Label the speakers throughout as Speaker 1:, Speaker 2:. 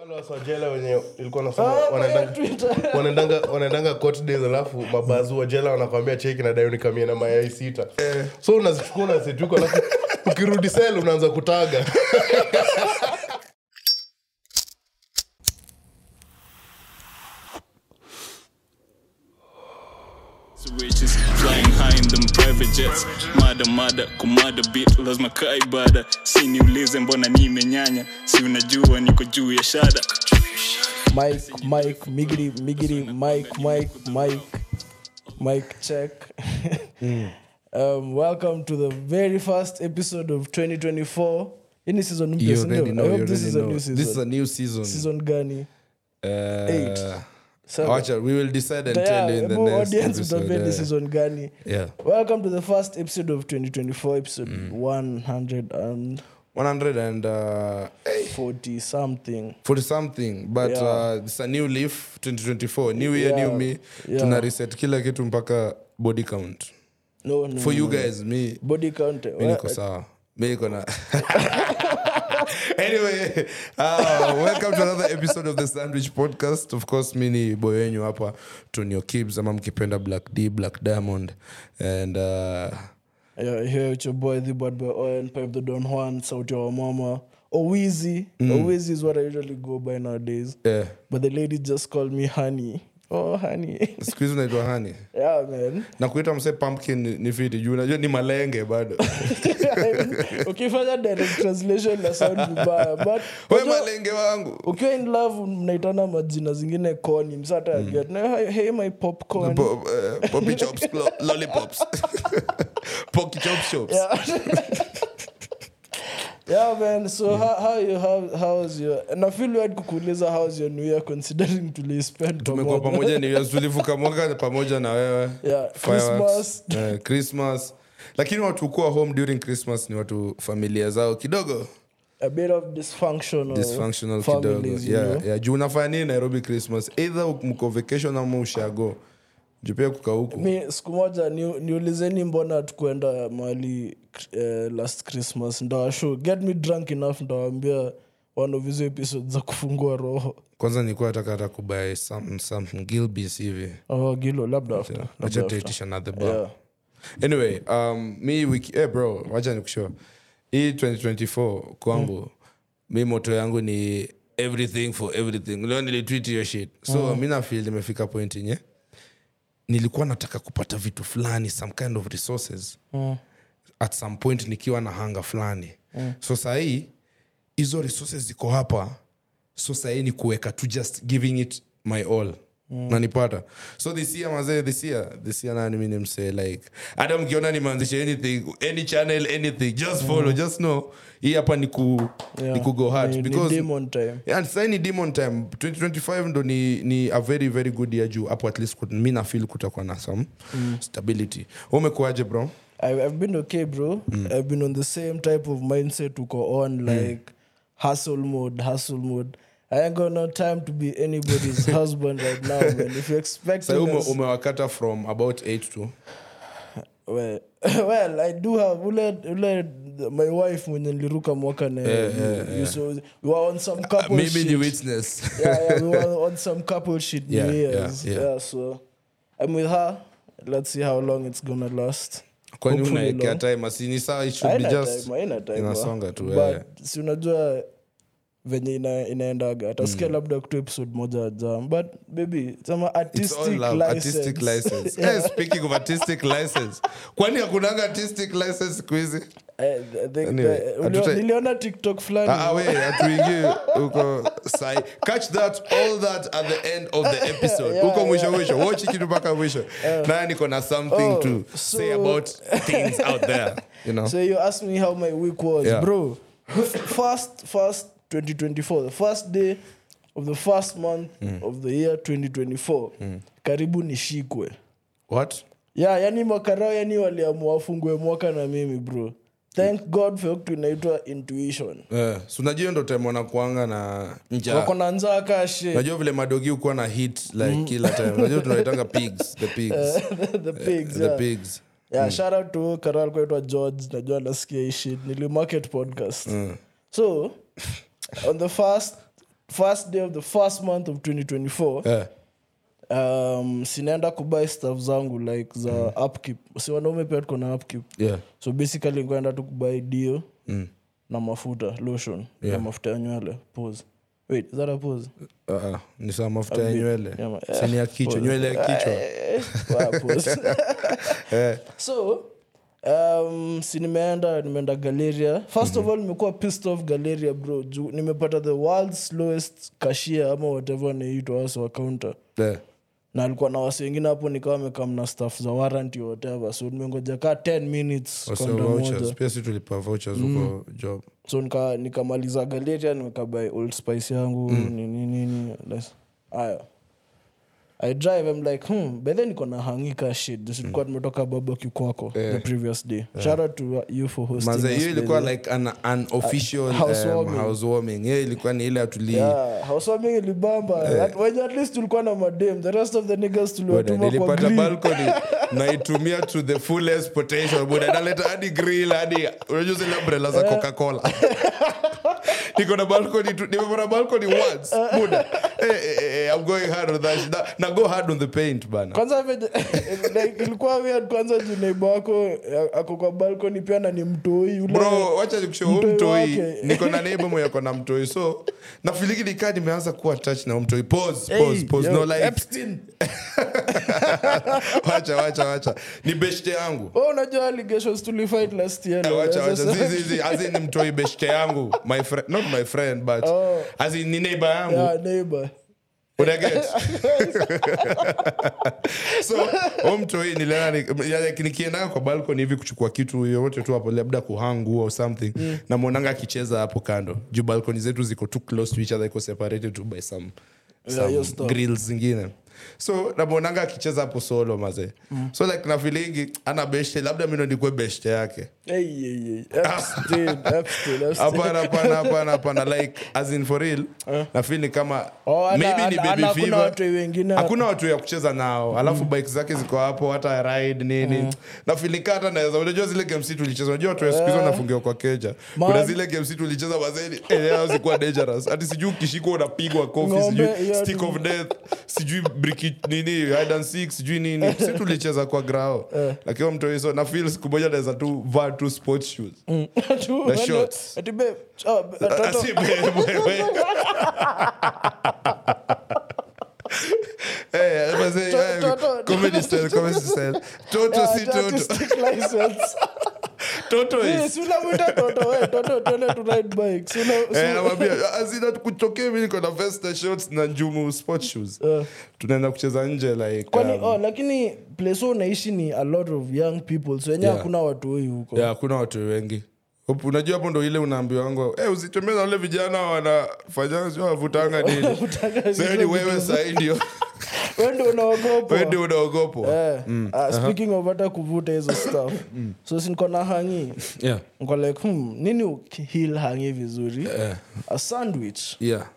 Speaker 1: wale wasajela wenye ilikuwa nasema wanaendanga- wanaendanga wanaendanga court days alafu mabazu wa jela wanakwambia cheki nadai unikamie na mayai sita
Speaker 2: Eh.
Speaker 1: so unazichukua unazituko alafu ukirudi sel unaanza kutaga
Speaker 3: Riches flying high in them private jets mada mada kumada bit lazima kaa ibada si niulize mbona nimenyanya si unajua niko juu ya shada
Speaker 4: Mike, Mike, migiri, migiri, Mike, Mike, Mike, Mike, check.
Speaker 2: Hmm.
Speaker 4: um, welcome to the very first episode of 2024. Ini season mpya,
Speaker 2: You
Speaker 4: si ndio?
Speaker 2: already know,
Speaker 4: I
Speaker 2: you
Speaker 4: hope this is
Speaker 2: already
Speaker 4: a
Speaker 2: know.
Speaker 4: new
Speaker 2: This
Speaker 4: season.
Speaker 2: is a new season.
Speaker 4: season gani?
Speaker 2: Uh,
Speaker 4: eight, seven.
Speaker 2: Wacha, we will decide and tell you
Speaker 4: Yeah,
Speaker 2: in the
Speaker 4: mo-
Speaker 2: next
Speaker 4: audience
Speaker 2: episode.
Speaker 4: mtapenda
Speaker 2: yeah.
Speaker 4: season gani?
Speaker 2: Yeah.
Speaker 4: Welcome to the first episode of 2024, episode
Speaker 2: Hmm.
Speaker 4: 140
Speaker 2: 100 and uh,
Speaker 4: something.
Speaker 2: 40 something but
Speaker 4: Yeah.
Speaker 2: uh, it's a new leaf 2024 new year
Speaker 4: Yeah.
Speaker 2: new me
Speaker 4: Yeah.
Speaker 2: tuna reset kila kitu mpaka body count
Speaker 4: No, no.
Speaker 2: for
Speaker 4: no.
Speaker 2: you guys me
Speaker 4: Body count. eh,
Speaker 2: mi niko sawa mi niko na anyway uh, welcome to another episode of the sandwich podcast of course mi ni boy wenyu hapa tunio kibs ama mkipenda black d black diamond and uh,
Speaker 4: Yeah, here it's your boy, the bad boy Owen, Pipe the Don Juan, Sauti wa Mama, or Wheezy.
Speaker 2: Mm.
Speaker 4: Or Wheezy is what I usually go by nowadays.
Speaker 2: yeah.
Speaker 4: But the lady just called me Honey. Oh, Honey.
Speaker 2: siku hizi unaitwa hani
Speaker 4: yeah, man.
Speaker 2: na kuita mse pumpkin ni- ni fiti juu unajua ni malenge bado
Speaker 4: ukifanya direct translation na sound vibaya but
Speaker 2: we
Speaker 4: unajua,
Speaker 2: malenge wangu
Speaker 4: ukiwa in love mnaitana majina zingine koni msata
Speaker 2: Mm.
Speaker 4: aget na "Hey, hey my popcorn
Speaker 2: Po- eh, poppy chops lo- lollipops pocky chop shops
Speaker 4: yeah man so
Speaker 2: Mm.
Speaker 4: how, how you how, how's your na feel weird kukuuliza how's your new year considering tulispend
Speaker 2: tumekuwa pamoja ni tulivuka mwaka pamoja na wewe
Speaker 4: Yeah,
Speaker 2: Fireworks, eh, christmas lakini watu kuwa home during christmas ni watu familia zao kidogo
Speaker 4: a bit of dysfunctional,
Speaker 2: dysfunctional kidogo
Speaker 4: Oh, families, you know?
Speaker 2: yeah, yeah. juu unafanya nini nairobi christmas either mko vacation ama ushago juu pia kuka huku
Speaker 4: mi siku moja ni- niulizeni mbona tukuenda mahali eh, last christmas ndawashu get me drunk enough ndawambia one of hizo episode za kufungua roho
Speaker 2: kwanza nilikuwa nataka hata kubuy something, something gilbis hivi
Speaker 4: oh, gilo labda after, labda
Speaker 2: wacha
Speaker 4: after.
Speaker 2: tuitisha na the bar
Speaker 4: Yeah.
Speaker 2: anyway um, mi wiki eh bro wacha nikushow hii 2024 kwangu mi moto yangu ni everything for everything leo nilitwit hiyo shit so mi nafil nimefika point nye nilikuwa nataka kupata vitu fulani some kind of resources at some point nikiwa na hanga fulani
Speaker 4: Mm.
Speaker 2: so sahii hizo resources ziko hapa so sahii ni kuweka to just giving it my all mm. nanipata so this year mazee this year this year nani mi ni msee like hata mkiona nimeanzisha anything any channel anything just follow just know hii hapa ni ku
Speaker 4: Mm. Yeah.
Speaker 2: ni kugo hard
Speaker 4: Ni- ni
Speaker 2: because
Speaker 4: demon time
Speaker 2: Yeah, sahii ni demon time 2025 ndo ni, ni a very very good year juu hapo at least kut- mi nafil kutakuwa na some mm. stability Wewe umekuaje bro
Speaker 4: I, I've been okay, bro.
Speaker 2: Mm.
Speaker 4: I've been on the same type of mindset to go on, like hustle mode, hustle mode. I ain't got no time to be anybody's husband right now, man. If you expect
Speaker 2: sahii ume,
Speaker 4: us,
Speaker 2: umewakata from about 8 to
Speaker 4: well, well, I do have ule, ule, my wife mwenye niliruka mwaka
Speaker 2: Eh,
Speaker 4: na yeah, yeah, yeah. so we were on some couple
Speaker 2: mimi
Speaker 4: shit.
Speaker 2: ni witness
Speaker 4: yeah, yeah, we were on some couple shit
Speaker 2: Yeah,
Speaker 4: New
Speaker 2: yeah,
Speaker 4: Year's.
Speaker 2: yeah.
Speaker 4: yeah, so I'm with her. Let's see how long it's gonna last.
Speaker 2: kwani
Speaker 4: Hopefully
Speaker 2: unaekea
Speaker 4: long.
Speaker 2: time asini saa it should
Speaker 4: Haina
Speaker 2: be just
Speaker 4: time, haina time,
Speaker 2: inasonga
Speaker 4: ah.
Speaker 2: tu,
Speaker 4: But
Speaker 2: eh.
Speaker 4: si unajua venye ina, inaendaga atasikia labda kutu episode moja jam but baby sema
Speaker 2: Mm. It's all
Speaker 4: artistic license.
Speaker 2: love, artistic license. Eh, speaking of artistic license kwani hakunanga artistic license siku hizi
Speaker 4: Eh, the- the-
Speaker 2: Anyway,
Speaker 4: the-
Speaker 2: hatuta-
Speaker 4: ulio- niliona tiktok fulani
Speaker 2: Ah, ah, we hatuingie huko sai catch that all that at the end of the episode
Speaker 4: Yeah,
Speaker 2: huko mwisho
Speaker 4: yeah.
Speaker 2: mwisho watch kitu mpaka mwisho naye niko na something
Speaker 4: Oh,
Speaker 2: to
Speaker 4: so-
Speaker 2: say about things out there you know
Speaker 4: so you asked me how my week was
Speaker 2: Yeah.
Speaker 4: bro first first 2024 the first day of the first month
Speaker 2: Mm.
Speaker 4: of the year 2024 karibu nishikwe
Speaker 2: what
Speaker 4: ya yani mwaka rao yani waliamua wafungue mwaka na mimi bro thank god for kitu inaitwa intuition
Speaker 2: Eh, so unajua hiyo ndo time wanakuanga na njaa
Speaker 4: wako na njaa kaa shit
Speaker 2: najua vile madogi hukuwa na hit like kila time najua tunaitanga pigs the pigs
Speaker 4: the pigs Eh,
Speaker 2: eh, the mm.
Speaker 4: yeah.
Speaker 2: pigs
Speaker 4: yeah, shout out to karal kwaitwa george najua
Speaker 2: Mm.
Speaker 4: nasikia hii shit nilimarket podcast so on the first first day of the first month of 2024
Speaker 2: Eh.
Speaker 4: um, sinaenda kubuy staff zangu like za mm. upkeep si wanaume pia tuko na upkeep
Speaker 2: Yeah.
Speaker 4: so basically nikaenda tu kubuy dio mm. na mafuta lotion yeah. na mafuta ya nywele pose wait is that a pose
Speaker 2: Ah, ah, ni saa mafuta ya
Speaker 4: Abit.
Speaker 2: nywele
Speaker 4: Yeah, ma-
Speaker 2: sini ya kichwa nywele ya kichwa
Speaker 4: Eh, wa pose. so um, si nimeenda nimeenda galeria first of all nimekuwa pissed off galeria bro juu nimepata the world's lowest cashier ama whatever anaitwa wase wa counter
Speaker 2: Eh,
Speaker 4: na alikuwa na wasi wengine hapo nikawa amekam na staff za warranty whatever so nimengoja kaa 10 minutes
Speaker 2: wase
Speaker 4: kwa muda
Speaker 2: wa vouchers.
Speaker 4: mmoja.
Speaker 2: pia si tulipa vouchers
Speaker 4: Mm.
Speaker 2: huko job
Speaker 4: so nika- nikamaliza galeria nimekabai old spice yangu
Speaker 2: Mm.
Speaker 4: nini nini that's- haya i drive im like hmm, bethe niko na hangika shit
Speaker 2: Mm.
Speaker 4: tulikuwa tumetoka babaki kwako the previous day shout out to you for hosting
Speaker 2: Eh. manze
Speaker 4: us,
Speaker 2: hiyo
Speaker 4: by
Speaker 2: ilikuwa
Speaker 4: the way.
Speaker 2: like an, an official um,
Speaker 4: housewarming.
Speaker 2: housewarming hiyo ilikuwa ni ile atuli
Speaker 4: Yeah, housewarming ilibamba
Speaker 2: Eh.
Speaker 4: At- wenye at least tulikuwa na madem the rest of the niggas
Speaker 2: Bwana,
Speaker 4: tuliwatuma kwa
Speaker 2: nilipata
Speaker 4: grill.
Speaker 2: balcony naitumia to the fullest potential buda naleta hadi grill hadi unajua zile umbrella za
Speaker 4: Eh.
Speaker 2: coca-cola niko na balcony tu nimepata balcony once buda eh, eh, eh, i'm going hard on that shit. na, na go hard on the paint bana
Speaker 4: kwanza venye- like, ilikuwa weird kwanza juu neighbor wako a- ako kwa balcony pia na ni mtoi yule
Speaker 2: bro wacha nikushow huu
Speaker 4: Mtoi
Speaker 2: mtoi
Speaker 4: wake.
Speaker 2: niko na neighbor mwenye ako na mtoi so nafiliki nikaa nimeanza kuwa touch na huu mtoi pause pause pause
Speaker 4: yo,
Speaker 2: no life wacha wacha wacha ni beshte yangu
Speaker 4: Oh, unajua allegations tulifight last year
Speaker 2: Eh,
Speaker 4: na
Speaker 2: wacha,
Speaker 4: sasa-
Speaker 2: wacha. Zi, zi, zi. As in mtoi beshte yangu my friend not my friend but
Speaker 4: Oh.
Speaker 2: as in ni neighbor yangu
Speaker 4: Yeah, neighbor.
Speaker 2: Una get? so huyo mtoi nilala ni- ya- like, nikiendaga kwa balcony hivi kuchukua kitu yoyote tu hapo labda kuhangu au something
Speaker 4: Mm.
Speaker 2: namwonanga akicheza hapo kando juu balcony zetu ziko too close to each other iko separated tu by some,
Speaker 4: Yeah,
Speaker 2: some
Speaker 4: hiyo stuff.
Speaker 2: grills zingine so namwonanga akicheza hapo solo mazee
Speaker 4: Mm.
Speaker 2: so like nafilingi ana beshte labda mi ndo nikuwe beshte yake
Speaker 4: Hey, hey, hey. Epstein, Epstein, Epstein.
Speaker 2: hapana hapana hapana hapana like as in for real nafil ni kama
Speaker 4: Eh. Oh, ana-
Speaker 2: maybe ni
Speaker 4: ana-
Speaker 2: baby
Speaker 4: ana- hakuna
Speaker 2: fever.
Speaker 4: watu wengine.
Speaker 2: hakuna watu ya kucheza nao alafu bike zake ziko hapo hata ride
Speaker 4: Mm.
Speaker 2: nini nafil nika hata naweza unajua zile games tulicheza unajua watu wa siku hizi wanafungiwa kwa keja kuna
Speaker 4: Eh. Man.
Speaker 2: zile games tulicheza wazeni eh, yao zilikuwa dangerous hadi sijui ukishikwa unapigwa kofi
Speaker 4: Ng'ombe,
Speaker 2: sijui
Speaker 4: hiyo
Speaker 2: stick
Speaker 4: tu.
Speaker 2: of death sijui briki nini hide and seek sijui nini si tulicheza kwa grao
Speaker 4: Eh.
Speaker 2: lakini mtu hizo nafil siku moja naweza tu vaa tu sports shoes
Speaker 4: Tu,
Speaker 2: The
Speaker 4: wende-
Speaker 2: shots.
Speaker 4: ati babe, oh, b-
Speaker 2: Ah,
Speaker 4: toto-
Speaker 2: si wewe, wewe. Eh, mazee,
Speaker 4: To-
Speaker 2: eh,
Speaker 4: toto-
Speaker 2: comedy style, comedy style. Toto
Speaker 4: Yeah,
Speaker 2: si toto.
Speaker 4: artistic license.
Speaker 2: Toto
Speaker 4: Hey,
Speaker 2: is.
Speaker 4: si unamwita toto, we, toto, twende to ride bike. Si una- si-
Speaker 2: Eh, namwambia, ah, zina kutokea mimi niko na vest na shorts na njumu sport shoes.
Speaker 4: Eh.
Speaker 2: Tunaenda kucheza nje like
Speaker 4: Kwani,
Speaker 2: um,
Speaker 4: oh, lakini place wewe unaishi ni a lot of young people so wenyewe
Speaker 2: Yeah.
Speaker 4: hakuna watu wei huko
Speaker 2: ya hakuna watu wengi Up- unajua hapo ndo ile unaambiwa wangu eh, usitembee na wale vijana wanafanya sio wavutanga nini
Speaker 4: Wanavutanga
Speaker 2: Sasa ni
Speaker 4: hizo
Speaker 2: wewe sahi ndio
Speaker 4: Wewe ndio unaogopwa.
Speaker 2: wewe ndio Mm, uh-huh. unaogopwa
Speaker 4: Eh, ah, speaking of hata kuvuta hizo stuff
Speaker 2: Mm.
Speaker 4: so siniko na hangi
Speaker 2: yeah
Speaker 4: niko like hmm, nini ukihil hangi vizuri
Speaker 2: Eh.
Speaker 4: a sandwich
Speaker 2: yeah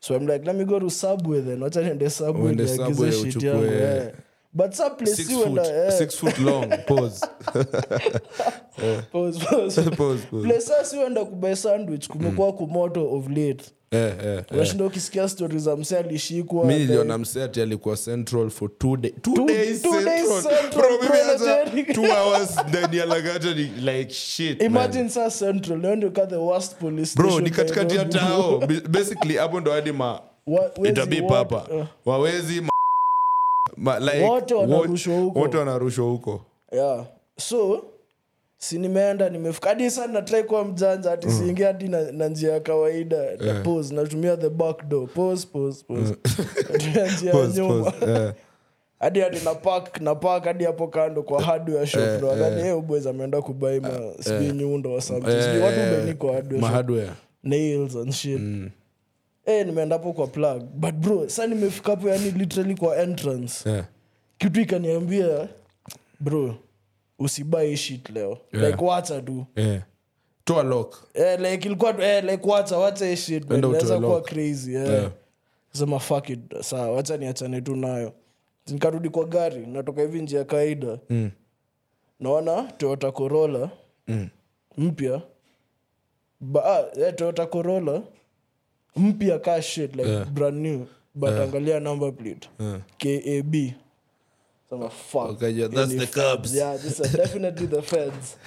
Speaker 4: so i'm like let me go to subway then wacha niende subway
Speaker 2: Uende
Speaker 4: niagize
Speaker 2: Subway
Speaker 4: shit
Speaker 2: uchukue,
Speaker 4: yangu,
Speaker 2: eh.
Speaker 4: eh. but some place
Speaker 2: six
Speaker 4: you and
Speaker 2: foot,
Speaker 4: I- eh,
Speaker 2: six foot long pause
Speaker 4: pause, pause.
Speaker 2: Pause, pause.
Speaker 4: Place us you and I kubuy sandwich kumekuwa
Speaker 2: Mm.
Speaker 4: kumoto of late
Speaker 2: eh, eh, eh.
Speaker 4: unashinda ukisikia stori za mse alishikwa
Speaker 2: mi
Speaker 4: like,
Speaker 2: niliona mseti alikuwa central for two day, two
Speaker 4: Two-
Speaker 2: days
Speaker 4: two days
Speaker 2: central,
Speaker 4: Central,
Speaker 2: Bro, mimi hata
Speaker 4: proletariat.
Speaker 2: two hours ndani ya Langata ni like shit man.
Speaker 4: imagine saa central leo ndio ka the worst police
Speaker 2: bro
Speaker 4: station
Speaker 2: ni katikati ya
Speaker 4: Nairobi.
Speaker 2: tao Ba- basically hapo ndo hadi ma
Speaker 4: Wa- wezi
Speaker 2: itabipa
Speaker 4: ward,
Speaker 2: hapa
Speaker 4: eh.
Speaker 2: wawezi ma, ma, like,
Speaker 4: Wote wanarushwa
Speaker 2: wo-
Speaker 4: huko.
Speaker 2: wote wanarushwa huko
Speaker 4: yeah so si nimeenda nimefika hadi sana natrai kuwa mjanja hati
Speaker 2: Mm.
Speaker 4: siingia hadi na, na njia ya kawaida na
Speaker 2: Eh.
Speaker 4: pose natumia the back door pose pose pose natumia njia ya
Speaker 2: Pause,
Speaker 4: nyuma
Speaker 2: pause, eh.
Speaker 4: hadi hadi na park na park hadi hapo kando kwa
Speaker 2: Eh,
Speaker 4: hardware shop ndo wakati hey boys ameenda kubai ma sijui nyundo or something sijui watu
Speaker 2: Eh,
Speaker 4: umeniko hardware
Speaker 2: ma
Speaker 4: shop
Speaker 2: hardware.
Speaker 4: nails and shit eh nimeenda hapo kwa plug but bro sa nimefika hapo yani literally kwa entrance
Speaker 2: Eh.
Speaker 4: kitu ikaniambia bro usibai hii shit leo
Speaker 2: Yeah.
Speaker 4: like wacha tu
Speaker 2: Eh. toa lock
Speaker 4: eh, like ilikuwa tu- eh, like wacha wacha hii shit man.
Speaker 2: Enda utoe
Speaker 4: Inaweza kuwa
Speaker 2: lock.
Speaker 4: crazy eh.
Speaker 2: Yeah.
Speaker 4: sema fuck it saa wacha niachane tu nayo nikarudi kwa gari natoka hivi njia ya kawaida mm. naona toyota corolla mm. mpya ba, ah, eh, toyota corolla mpya ka shit like brand new but angalia number plate kab sema fuck
Speaker 2: Okay, yeah, that's
Speaker 4: Hii ni
Speaker 2: the Cubs.
Speaker 4: yeah this are definitely the feds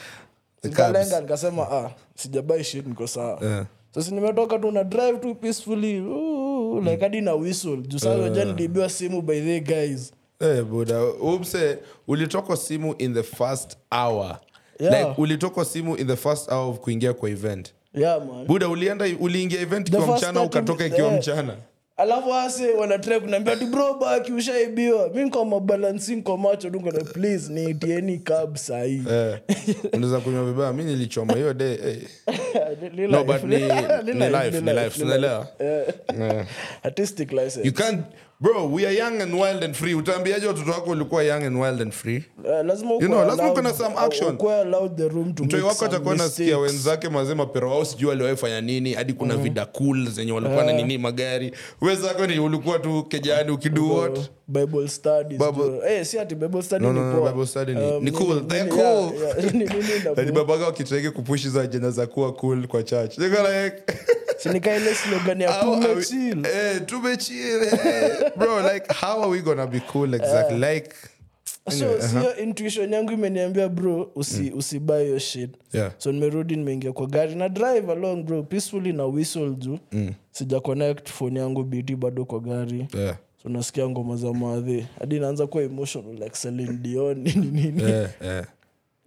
Speaker 4: nikalenga nikasema ah sijabai shit niko sawa
Speaker 2: Eh.
Speaker 4: sasa nimetoka tu na drive tu peacefully ooh, like hadi na whistle juu sasa unajua niliibiwa simu by the guys
Speaker 2: Eh, buda umse ulitoka simu in the first hour
Speaker 4: Yeah.
Speaker 2: like ulitoka simu in the first hour of kuingia kwa event
Speaker 4: yeah man
Speaker 2: buda ulienda uliingia event
Speaker 4: The
Speaker 2: ikiwa
Speaker 4: first
Speaker 2: mchana
Speaker 4: 30
Speaker 2: ukatoka ikiwa
Speaker 4: eh.
Speaker 2: mchana
Speaker 4: alafu ase wanatrai kunambia tibrobaki ushaibiwa mi nkoma balansi nko macho tungona please niitieni kab sahii
Speaker 2: Eh, unaweza kunywa vibaya mi nilichoma hiyo day eh. no but ni, ni life ni life unaelewa Eh.
Speaker 4: artistic license
Speaker 2: you can't bro we are young and wild and free utaambiaje watoto wako ulikuwa young and wild and free
Speaker 4: Eh, lazima
Speaker 2: know,
Speaker 4: ukuwe
Speaker 2: lazima ukuwe na
Speaker 4: allowed-
Speaker 2: some action.
Speaker 4: ukuwe allowed the room to
Speaker 2: mtoi
Speaker 4: make
Speaker 2: wako
Speaker 4: some
Speaker 2: atakuwa nasikia
Speaker 4: mistakes.
Speaker 2: wenzake mazee mapero wao sijui waliwaifanya nini hadi kuna mm-hmm. vidakul zenye walikuwa
Speaker 4: Eh.
Speaker 2: na nini magari wezako ni ulikuwa tu kejani ukidu what
Speaker 4: bible studies
Speaker 2: Bible-
Speaker 4: bro. Eh, si ati bible study
Speaker 2: No,
Speaker 4: ni
Speaker 2: no, no,
Speaker 4: poa.
Speaker 2: Bible study ni-
Speaker 4: Um,
Speaker 2: ni cool.
Speaker 4: nini-
Speaker 2: They're
Speaker 4: nini-
Speaker 2: cool.
Speaker 4: yeah, yeah. Nini- nini na
Speaker 2: Yaani
Speaker 4: poa.
Speaker 2: babaka wakiteke kupushi za ajenda za kuwa cool kwa church Niko like,
Speaker 4: Si ni ka ile slogan ya
Speaker 2: how are we-
Speaker 4: tumechill.
Speaker 2: eh, tumechill, eh. Bro, like, how are we gonna be cool exactly? Like,
Speaker 4: so
Speaker 2: eh,
Speaker 4: sio intuition yangu imeniambia bro usi, usibuy your shit
Speaker 2: Mm. Yeah.
Speaker 4: so nimerudi nimeingia kwa gari na drive along bro peacefully na whistle juu sija connect phone yangu bt bado kwa gari
Speaker 2: Mm. Yeah.
Speaker 4: so nasikia ngoma za maadhi hadi naanza kuwa emotional like Celine Dion nini nini
Speaker 2: eh, eh.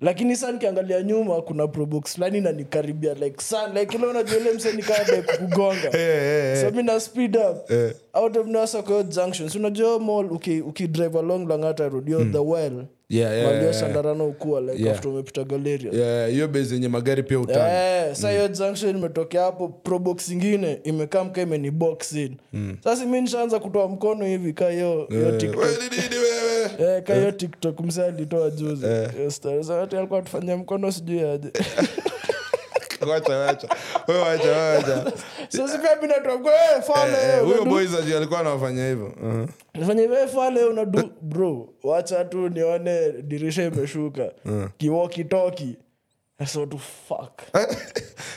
Speaker 4: lakini saa nikiangalia nyuma kuna probox fulani nanikaribia like sana like ile unajua ile mse nikaade kugonga
Speaker 2: Eh,
Speaker 4: so mi na speed up out of nasa kwa hiyo junction si unajua mall uki, uki drive along langata road yo the well
Speaker 2: Hmm. Yeah, yeah,
Speaker 4: Mahali hiyo
Speaker 2: yeah, yeah.
Speaker 4: sandarana ukua like
Speaker 2: Yeah.
Speaker 4: after umepita galeria
Speaker 2: Yeah, Hmm. hiyo base yenye magari pia utani
Speaker 4: Eh, sa hiyo junction imetokea hapo probox ingine imekaa mka imeni box in
Speaker 2: Hmm.
Speaker 4: sasa mi nishaanza kutoa mkono hivi ka hiyo
Speaker 2: Eh.
Speaker 4: hiyo tiktok
Speaker 2: Wewe ni nini wewe?
Speaker 4: Eh, ka hiyo tiktok mse alitoa juzi
Speaker 2: Eh.
Speaker 4: Hiyo story. Sasa ati alikuwa atufanyia mkono sijui aje
Speaker 2: Wacha, wacha. Wewe wacha, wacha.
Speaker 4: sasa pia mimi natoa kwa wewe fale
Speaker 2: Eh,
Speaker 4: wewe,
Speaker 2: eh, huyo
Speaker 4: unadu-
Speaker 2: boys aje alikuwa anawafanya hivyo Uh-huh.
Speaker 4: nifanye wewe fale unadu bro wacha tu nione dirisha imeshuka
Speaker 2: Eh.
Speaker 4: kiwoki toki so tu fuck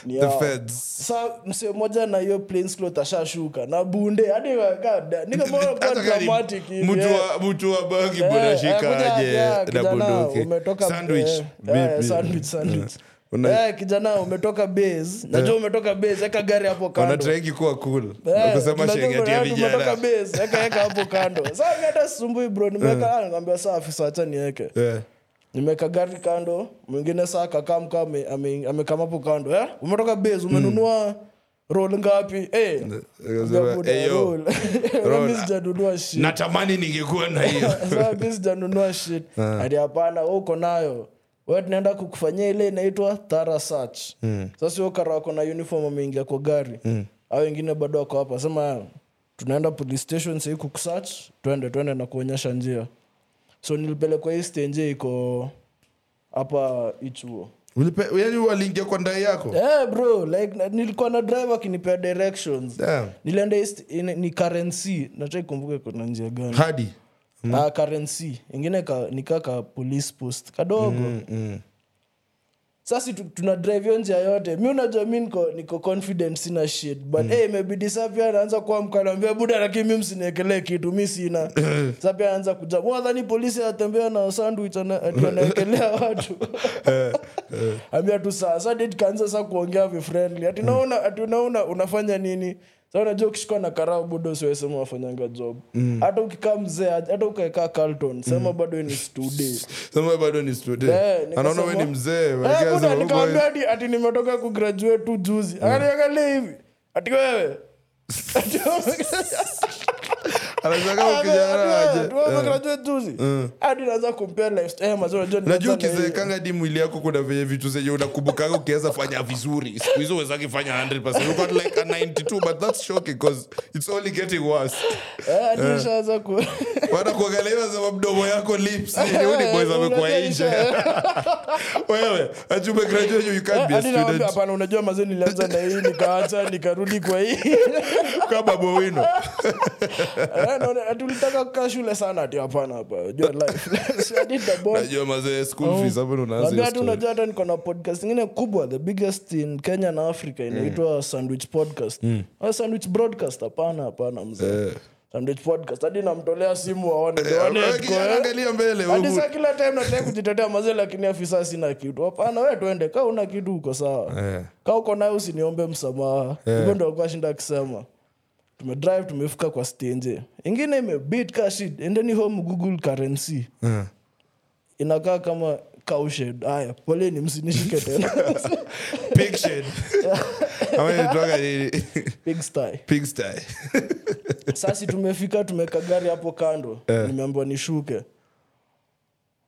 Speaker 4: Ni
Speaker 2: The
Speaker 4: hao.
Speaker 2: feds.
Speaker 4: sa mse moja na hiyo plaincloth ashashuka na bunde hadi wakada nikamwona kwa
Speaker 2: Hata kani
Speaker 4: dramatic hivi,
Speaker 2: mtu
Speaker 4: eh.
Speaker 2: wa- mtu wa bangi
Speaker 4: Eh,
Speaker 2: bwana
Speaker 4: eh,
Speaker 2: shika
Speaker 4: kuja, yeah,
Speaker 2: aje na
Speaker 4: kijana,
Speaker 2: bunduki
Speaker 4: umetoka-
Speaker 2: sandwich
Speaker 4: eh, eh,
Speaker 2: Vipi?
Speaker 4: sandwich, sandwich.
Speaker 2: Una- Eh.
Speaker 4: Eh, kijana umetoka base najua umetoka base eka gari hapo kando
Speaker 2: wanatraiki kuwa cool
Speaker 4: Eh,
Speaker 2: kusema
Speaker 4: tunajua
Speaker 2: shengeti
Speaker 4: kuna
Speaker 2: ya
Speaker 4: watu wametoka
Speaker 2: vijana
Speaker 4: base, eka- eka hapo kando Sasa mimi hata sisumbui bro nimeweka ah, nikamwambia saa afisa acha niweke
Speaker 2: Eh,
Speaker 4: nimeweka gari kando mwingine saa kakamka amekama hapo kando eh? umetoka base umenunua roll ngapi Eh,
Speaker 2: akasema,
Speaker 4: ambia buda,
Speaker 2: Mm. "Eh, yo,
Speaker 4: roll." Mimi sijanunua shit.
Speaker 2: natamani ningekuwa na hiyo
Speaker 4: Sasa mimi sijanunua shit hadi hapana wewe uko nayo we tunaenda kukufanyia ile inaitwa thara search sasa huyo kara wako na uniform ameingia kwa gari au wengine bado wako hapa sema tunaenda police station sahii kukusearch twende twende na kuonyesha njia so nilipelekwa hii stenje iko hapa ichuo
Speaker 2: Ulipe- yaani waliingia kwa ndai yako
Speaker 4: Eh, bro like na- nilikuwa na driver akinipea directions
Speaker 2: Damn.
Speaker 4: nilienda hii st- ni- ni currency nataikumbuke kuna njia gani
Speaker 2: hadi
Speaker 4: ah, currency ingine ka, nika ka police post kadogo sasi tu- tuna drive hiyo njia yote mi unajua mi niko, niko confident sina shit but mm. hey, imebidi saa pia anaanza kuwa mkanaambia buda lakini mi msiniekelee kitu mi sina saa pia anaanza kuja mwadhani polisi anatembea na sandwich ana- ati anaekelea watu ambia tu saa saa ndi tukaanza saa kuongea vifriendly ati naona ati unaona unafanya nini sa unajua ukishikwa na karau budo siwesema wafanyanga job hata ukikaa mzee hata ukaekaa carlton sema bado ni studio
Speaker 2: sema bado ni student
Speaker 4: Eh, nikasema-
Speaker 2: anaona we ni mzee
Speaker 4: Eh,
Speaker 2: Malkia
Speaker 4: buda,
Speaker 2: anasema,
Speaker 4: nikamwambia
Speaker 2: "Huko-
Speaker 4: ati- ati nimetoka kugraduate tu juzi
Speaker 2: Mm.
Speaker 4: akaniangalia hivi ati wewe Ati wewe-
Speaker 2: anasema kama kijana aje Eh.
Speaker 4: Eh,
Speaker 2: najua ukizeekanga di mwili yako kuna venye vitu zenye unakumbukanga ukiweza fanya vizuri siku hizo uwezaki fanya 100 You got like a 92 but that's shocking 'cause it's only getting worse
Speaker 4: Eh,
Speaker 2: Eh. wanakuangalia wasema mdomo yako lips uni boys amekuwa nje wewe ati umegraduate, you can't be a student
Speaker 4: Eh, hapana unajua mazee nilianza na hii nikaacha nikarudi kwa hii
Speaker 2: kama bowino
Speaker 4: Eh, Eh, naona- ati ulitaka kukaa shule sana ati hapana hapa jua life. So I did the bond.
Speaker 2: najua mazee school fees hapo ndo unaanza
Speaker 4: Oh. Naambia
Speaker 2: hiyo
Speaker 4: hata
Speaker 2: story.
Speaker 4: unajua hata niko na podcast ingine kubwa the biggest in kenya na africa
Speaker 2: Mm.
Speaker 4: inaitwa sandwich podcast Ah, sandwich broadcast hapana hapana mzee
Speaker 2: Eh.
Speaker 4: sandwich podcast hadi namtolea simu aone aone
Speaker 2: Angalia-
Speaker 4: tuko, eh.
Speaker 2: angalia mbele
Speaker 4: Hadi
Speaker 2: huku.
Speaker 4: saa kila time nataka kujitetea mazee lakini afisa sina kitu hapana we tuende kaa una kitu uko sawa
Speaker 2: Eh.
Speaker 4: kaa uko nayo usiniombe msamaha hivyo ndo alikuwa shinda akisema tumedrive tumefika kwa stenje ingine imebit ka shit endeni home google currency
Speaker 2: Eh.
Speaker 4: inakaa kama cowshed haya poleni msinishike tena
Speaker 2: Pig shed. Ama inaitwaga nini?
Speaker 4: pigsty
Speaker 2: Pigsty.
Speaker 4: sasi tumefika tumeka gari hapo kando
Speaker 2: Eh.
Speaker 4: nimeambiwa nishuke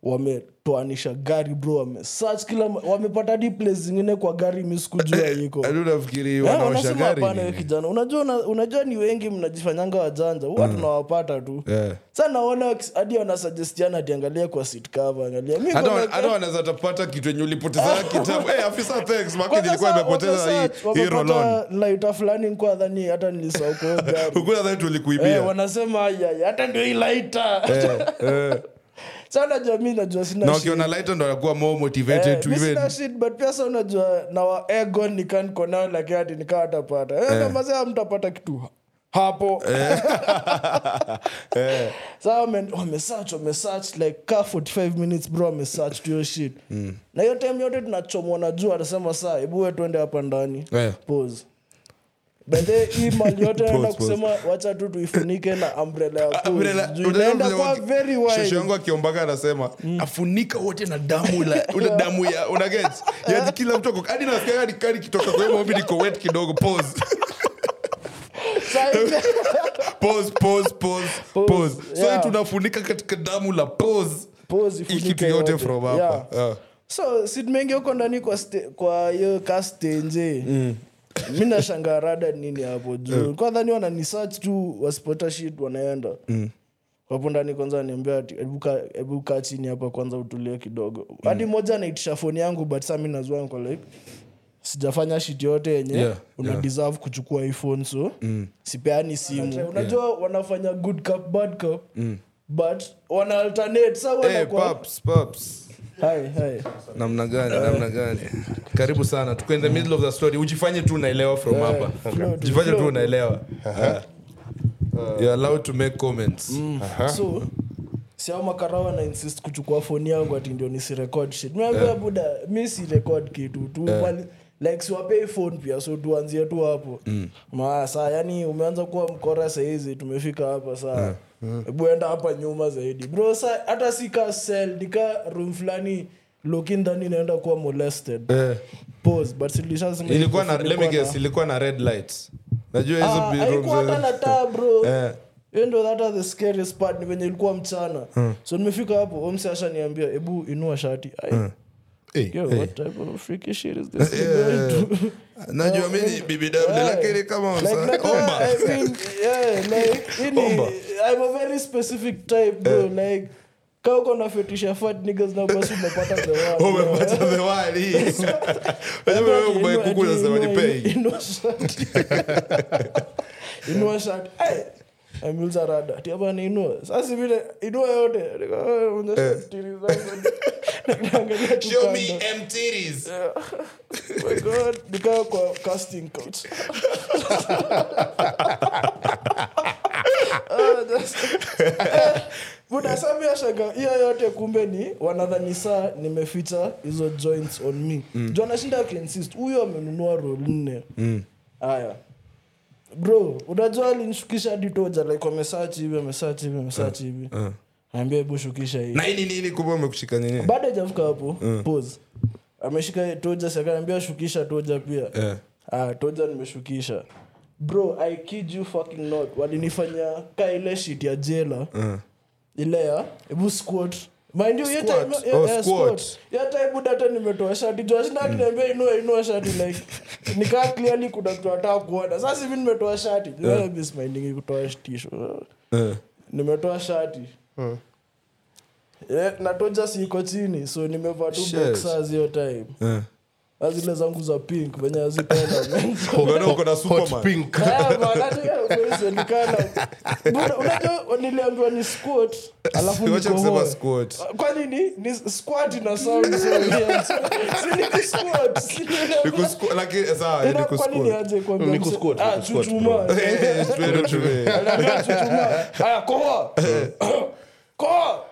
Speaker 4: wametoanisha gari bro wamesach kila ma- wamepata hadi place zingine kwa gari misikujua iko
Speaker 2: Hadi unafikiri
Speaker 4: Eh,
Speaker 2: Eh, wanaosha
Speaker 4: wanasema
Speaker 2: gari
Speaker 4: hapana we
Speaker 2: nini?
Speaker 4: kijana unajua, una, unajua ni wengi mnajifanyanga wajanja huwa
Speaker 2: Mm.
Speaker 4: tunawapata tu
Speaker 2: Yeah.
Speaker 4: sa naona wakis- hadi wanasugestiana atiangalia kwa seat cover, angalia Mi
Speaker 2: Hata
Speaker 4: kwa
Speaker 2: wa-
Speaker 4: like,
Speaker 2: hata wanaweza tapata kitu yenye ulipoteza kitabu Eh, afisa thanks maki
Speaker 4: kwanza
Speaker 2: nilikuwa
Speaker 4: sa-
Speaker 2: imepoteza
Speaker 4: wakasa-
Speaker 2: hii- hii
Speaker 4: wakapata
Speaker 2: rolon
Speaker 4: lighter fulani nikuwa dhani hata nilisahau kwa hiyo gari
Speaker 2: hukuna dhani
Speaker 4: Eh,
Speaker 2: tulikuibia
Speaker 4: wanasema ayaya hata ndio hii laita sana jamii najua
Speaker 2: Eh, na
Speaker 4: sina shida.
Speaker 2: wakiona laita ndo anakuwa more
Speaker 4: Eh,
Speaker 2: motivated to
Speaker 4: mi
Speaker 2: even
Speaker 4: sina shit, but pia sa unajua na wa egon nikankonao lakini ati nikawa atapata
Speaker 2: Eh.
Speaker 4: kamazea mtapata kitu hapo saa wame- wamesearch wamesearch like ka 45 minutes bro wamesearch tuyo shit
Speaker 2: Mm.
Speaker 4: na hiyo time yote tunachomwa na jua atasema saa hebu we tuende hapa ndani
Speaker 2: Eh.
Speaker 4: pause bedhe hii mali yote naenda
Speaker 2: Pause, pause.
Speaker 4: kusema wacha tu tuifunike na umbrela ya pause.
Speaker 2: Umbrella-
Speaker 4: Juu
Speaker 2: unajua
Speaker 4: inaenda
Speaker 2: vile
Speaker 4: kwa
Speaker 2: waki-
Speaker 4: very wide. Mm.
Speaker 2: shosho yangu akiombaga anasema afunika wote na damu la una damu ya unaget yani kila mtu ako hadi nasikia hadi kani kitoka kwa hiyo maombi niko wet kidogo pause
Speaker 4: Saa ile-
Speaker 2: pause pause pause
Speaker 4: Pause,
Speaker 2: pause so
Speaker 4: yeah.
Speaker 2: tunafunika katika damu la pause
Speaker 4: Pause
Speaker 2: Hii
Speaker 4: ifunike
Speaker 2: kitu yote
Speaker 4: yote.
Speaker 2: from
Speaker 4: Yeah.
Speaker 2: hapa Yeah.
Speaker 4: so sid mengi huko ndani kwa sta- kwa hiyo kastenje
Speaker 2: Mm.
Speaker 4: mi nashangaa rada ni nini hapo juu kwadhani wananisearch tu wasipota shit wanaenda
Speaker 2: Mm.
Speaker 4: wapo ndani kwanza niambia hebu kaa chini hapa kwanza utulie kidogo
Speaker 2: Mm.
Speaker 4: hadi moja anaitisha foni yangu but saa mi nazua niko like sijafanya shit yote yenye
Speaker 2: Yeah,
Speaker 4: una
Speaker 2: yeah. Mm.
Speaker 4: deserve kuchukua iphone so sipeani simu unajua wanafanya good cup bad cup but wana alternate sa
Speaker 2: Mm. Eh,
Speaker 4: wanakuwa-
Speaker 2: paps, paps.
Speaker 4: Hai, hai.
Speaker 2: namna gani namna gani karibu sana tuko in the middle of the story ujifanye tu unaelewa from hapa
Speaker 4: flow tu,
Speaker 2: jifanye tu
Speaker 4: flow. Uh-huh.
Speaker 2: unaelewa Yeah. You're allowed to make comments
Speaker 4: Mm. so siao makara wanainst kuchukua foni yangu ati ndio nisirekod shit miambia
Speaker 2: Eh.
Speaker 4: buda mi sirekod kitu tu yeah. like siwapei phone pia so tuanzie tu hapo mm. maa saa yani umeanza kuwa mkora sahizi tumefika hapa
Speaker 2: Eh.
Speaker 4: saa hebu enda hapa nyuma zaidi bro sa hata sika sel nika room fulani lokin dhani inaenda kuwa molested pause but silishasema
Speaker 2: Eh. ilikuwa na let me guess ilikuwa na red lights najua hizo
Speaker 4: Ah,
Speaker 2: bi-
Speaker 4: haikuwa
Speaker 2: rooms-
Speaker 4: hata na taa bro
Speaker 2: Eh.
Speaker 4: hiyo ndo hata the scariest part ni venye ilikuwa mchana
Speaker 2: Hmm.
Speaker 4: so nimefika hapo omsi ashaniambia hebu inua shati Ai,
Speaker 2: Hmm.
Speaker 1: Hey,
Speaker 4: yo,
Speaker 1: hey.
Speaker 4: what type of freaky shit is this
Speaker 2: Eh.
Speaker 4: nigga into?
Speaker 2: najua mi ni BBW,
Speaker 4: Yeah.
Speaker 2: lakini kama
Speaker 4: Eh. Like,
Speaker 2: msa-
Speaker 4: like,
Speaker 2: omba.
Speaker 4: I mean, yeah, like, hii ni-
Speaker 2: Omba. Eh.
Speaker 4: I'm a very specific type, bro. Like, kaa uko na fetish ya fat niggas na basi umepata the one,
Speaker 2: Oh,
Speaker 4: yeah.
Speaker 2: umepata the word hii. Unajua wewe
Speaker 4: Ati
Speaker 2: kubai
Speaker 4: inua-
Speaker 2: kuku unasema
Speaker 4: ati
Speaker 2: ni
Speaker 4: inua-
Speaker 2: pei.
Speaker 4: inua shati. Inua shati. Eh, Ai, ameuliza rada ati hapa niinua sasa vile inua yote Nika, "Ah, onyesha tiri zako." Nikaangalia tu
Speaker 2: Eh. Show
Speaker 4: kando.
Speaker 2: me em titties.
Speaker 4: Oh my God, nikaa kwa casting couch Ah, just- Eh, buda sami ashanga hiyo yote kumbe ni wanadhani saa nimeficha hizo joints on me mm. jo anashinda akinsist huyo amenunua rol nne haya bro unajua alinishukisha hadi toja like wamesachi hivi wamesachi hivi wamesachi hivi ambia hebu shukisha hii
Speaker 2: na hii ni nini kumbe umekushika nini
Speaker 4: bado ajafika hapo
Speaker 2: Mm.
Speaker 4: pause ameshika toja sakanaambia shukisha toja pia
Speaker 2: Eh.
Speaker 4: ah, toja nimeshukisha bro i kid you fucking not walinifanya ka ile shit ya jela
Speaker 2: Mm.
Speaker 4: ile ya hebu squat Mind you, hiyo
Speaker 2: Squat.
Speaker 4: time-
Speaker 2: Oh,
Speaker 4: yeah, yeah,
Speaker 2: squat.
Speaker 4: squat. Hiyo time buda hata nimetoa shati juu ashinda akiniambia inua inua shati like nikaa clearly kuna mtu anataka kuona sasa hivi nimetoa shati You know, this minding kutoa tisho nimetoa shati
Speaker 2: Hmm.
Speaker 4: Eh, na toja siko chini so nimevaa tu
Speaker 2: Shit.
Speaker 4: boxers hiyo time
Speaker 2: Eh.
Speaker 4: Ah, zile zangu za pink venye Eh, azipenda
Speaker 2: Unaona uko na
Speaker 1: Hot
Speaker 2: Superman. Eh.
Speaker 1: pink.
Speaker 4: unajua niliambiwa ni squat alafu
Speaker 2: Wacha kusema
Speaker 4: nikohoe
Speaker 2: squat.
Speaker 4: kwanini ni squat ina sound so weird. Si ni kusquat, si ni-
Speaker 2: Nikusqu- lakini- sawa,
Speaker 4: Ina-
Speaker 2: nikusqu-
Speaker 4: kwani ni aje kuambia
Speaker 1: Ni
Speaker 4: mse-
Speaker 1: kusquat,
Speaker 4: Ah,
Speaker 1: ni kusquat,
Speaker 4: chuchuma.
Speaker 2: Eh, tuende, tuende.
Speaker 4: Anaambiwa chuchuma. Haya, kohoa. Kohoa.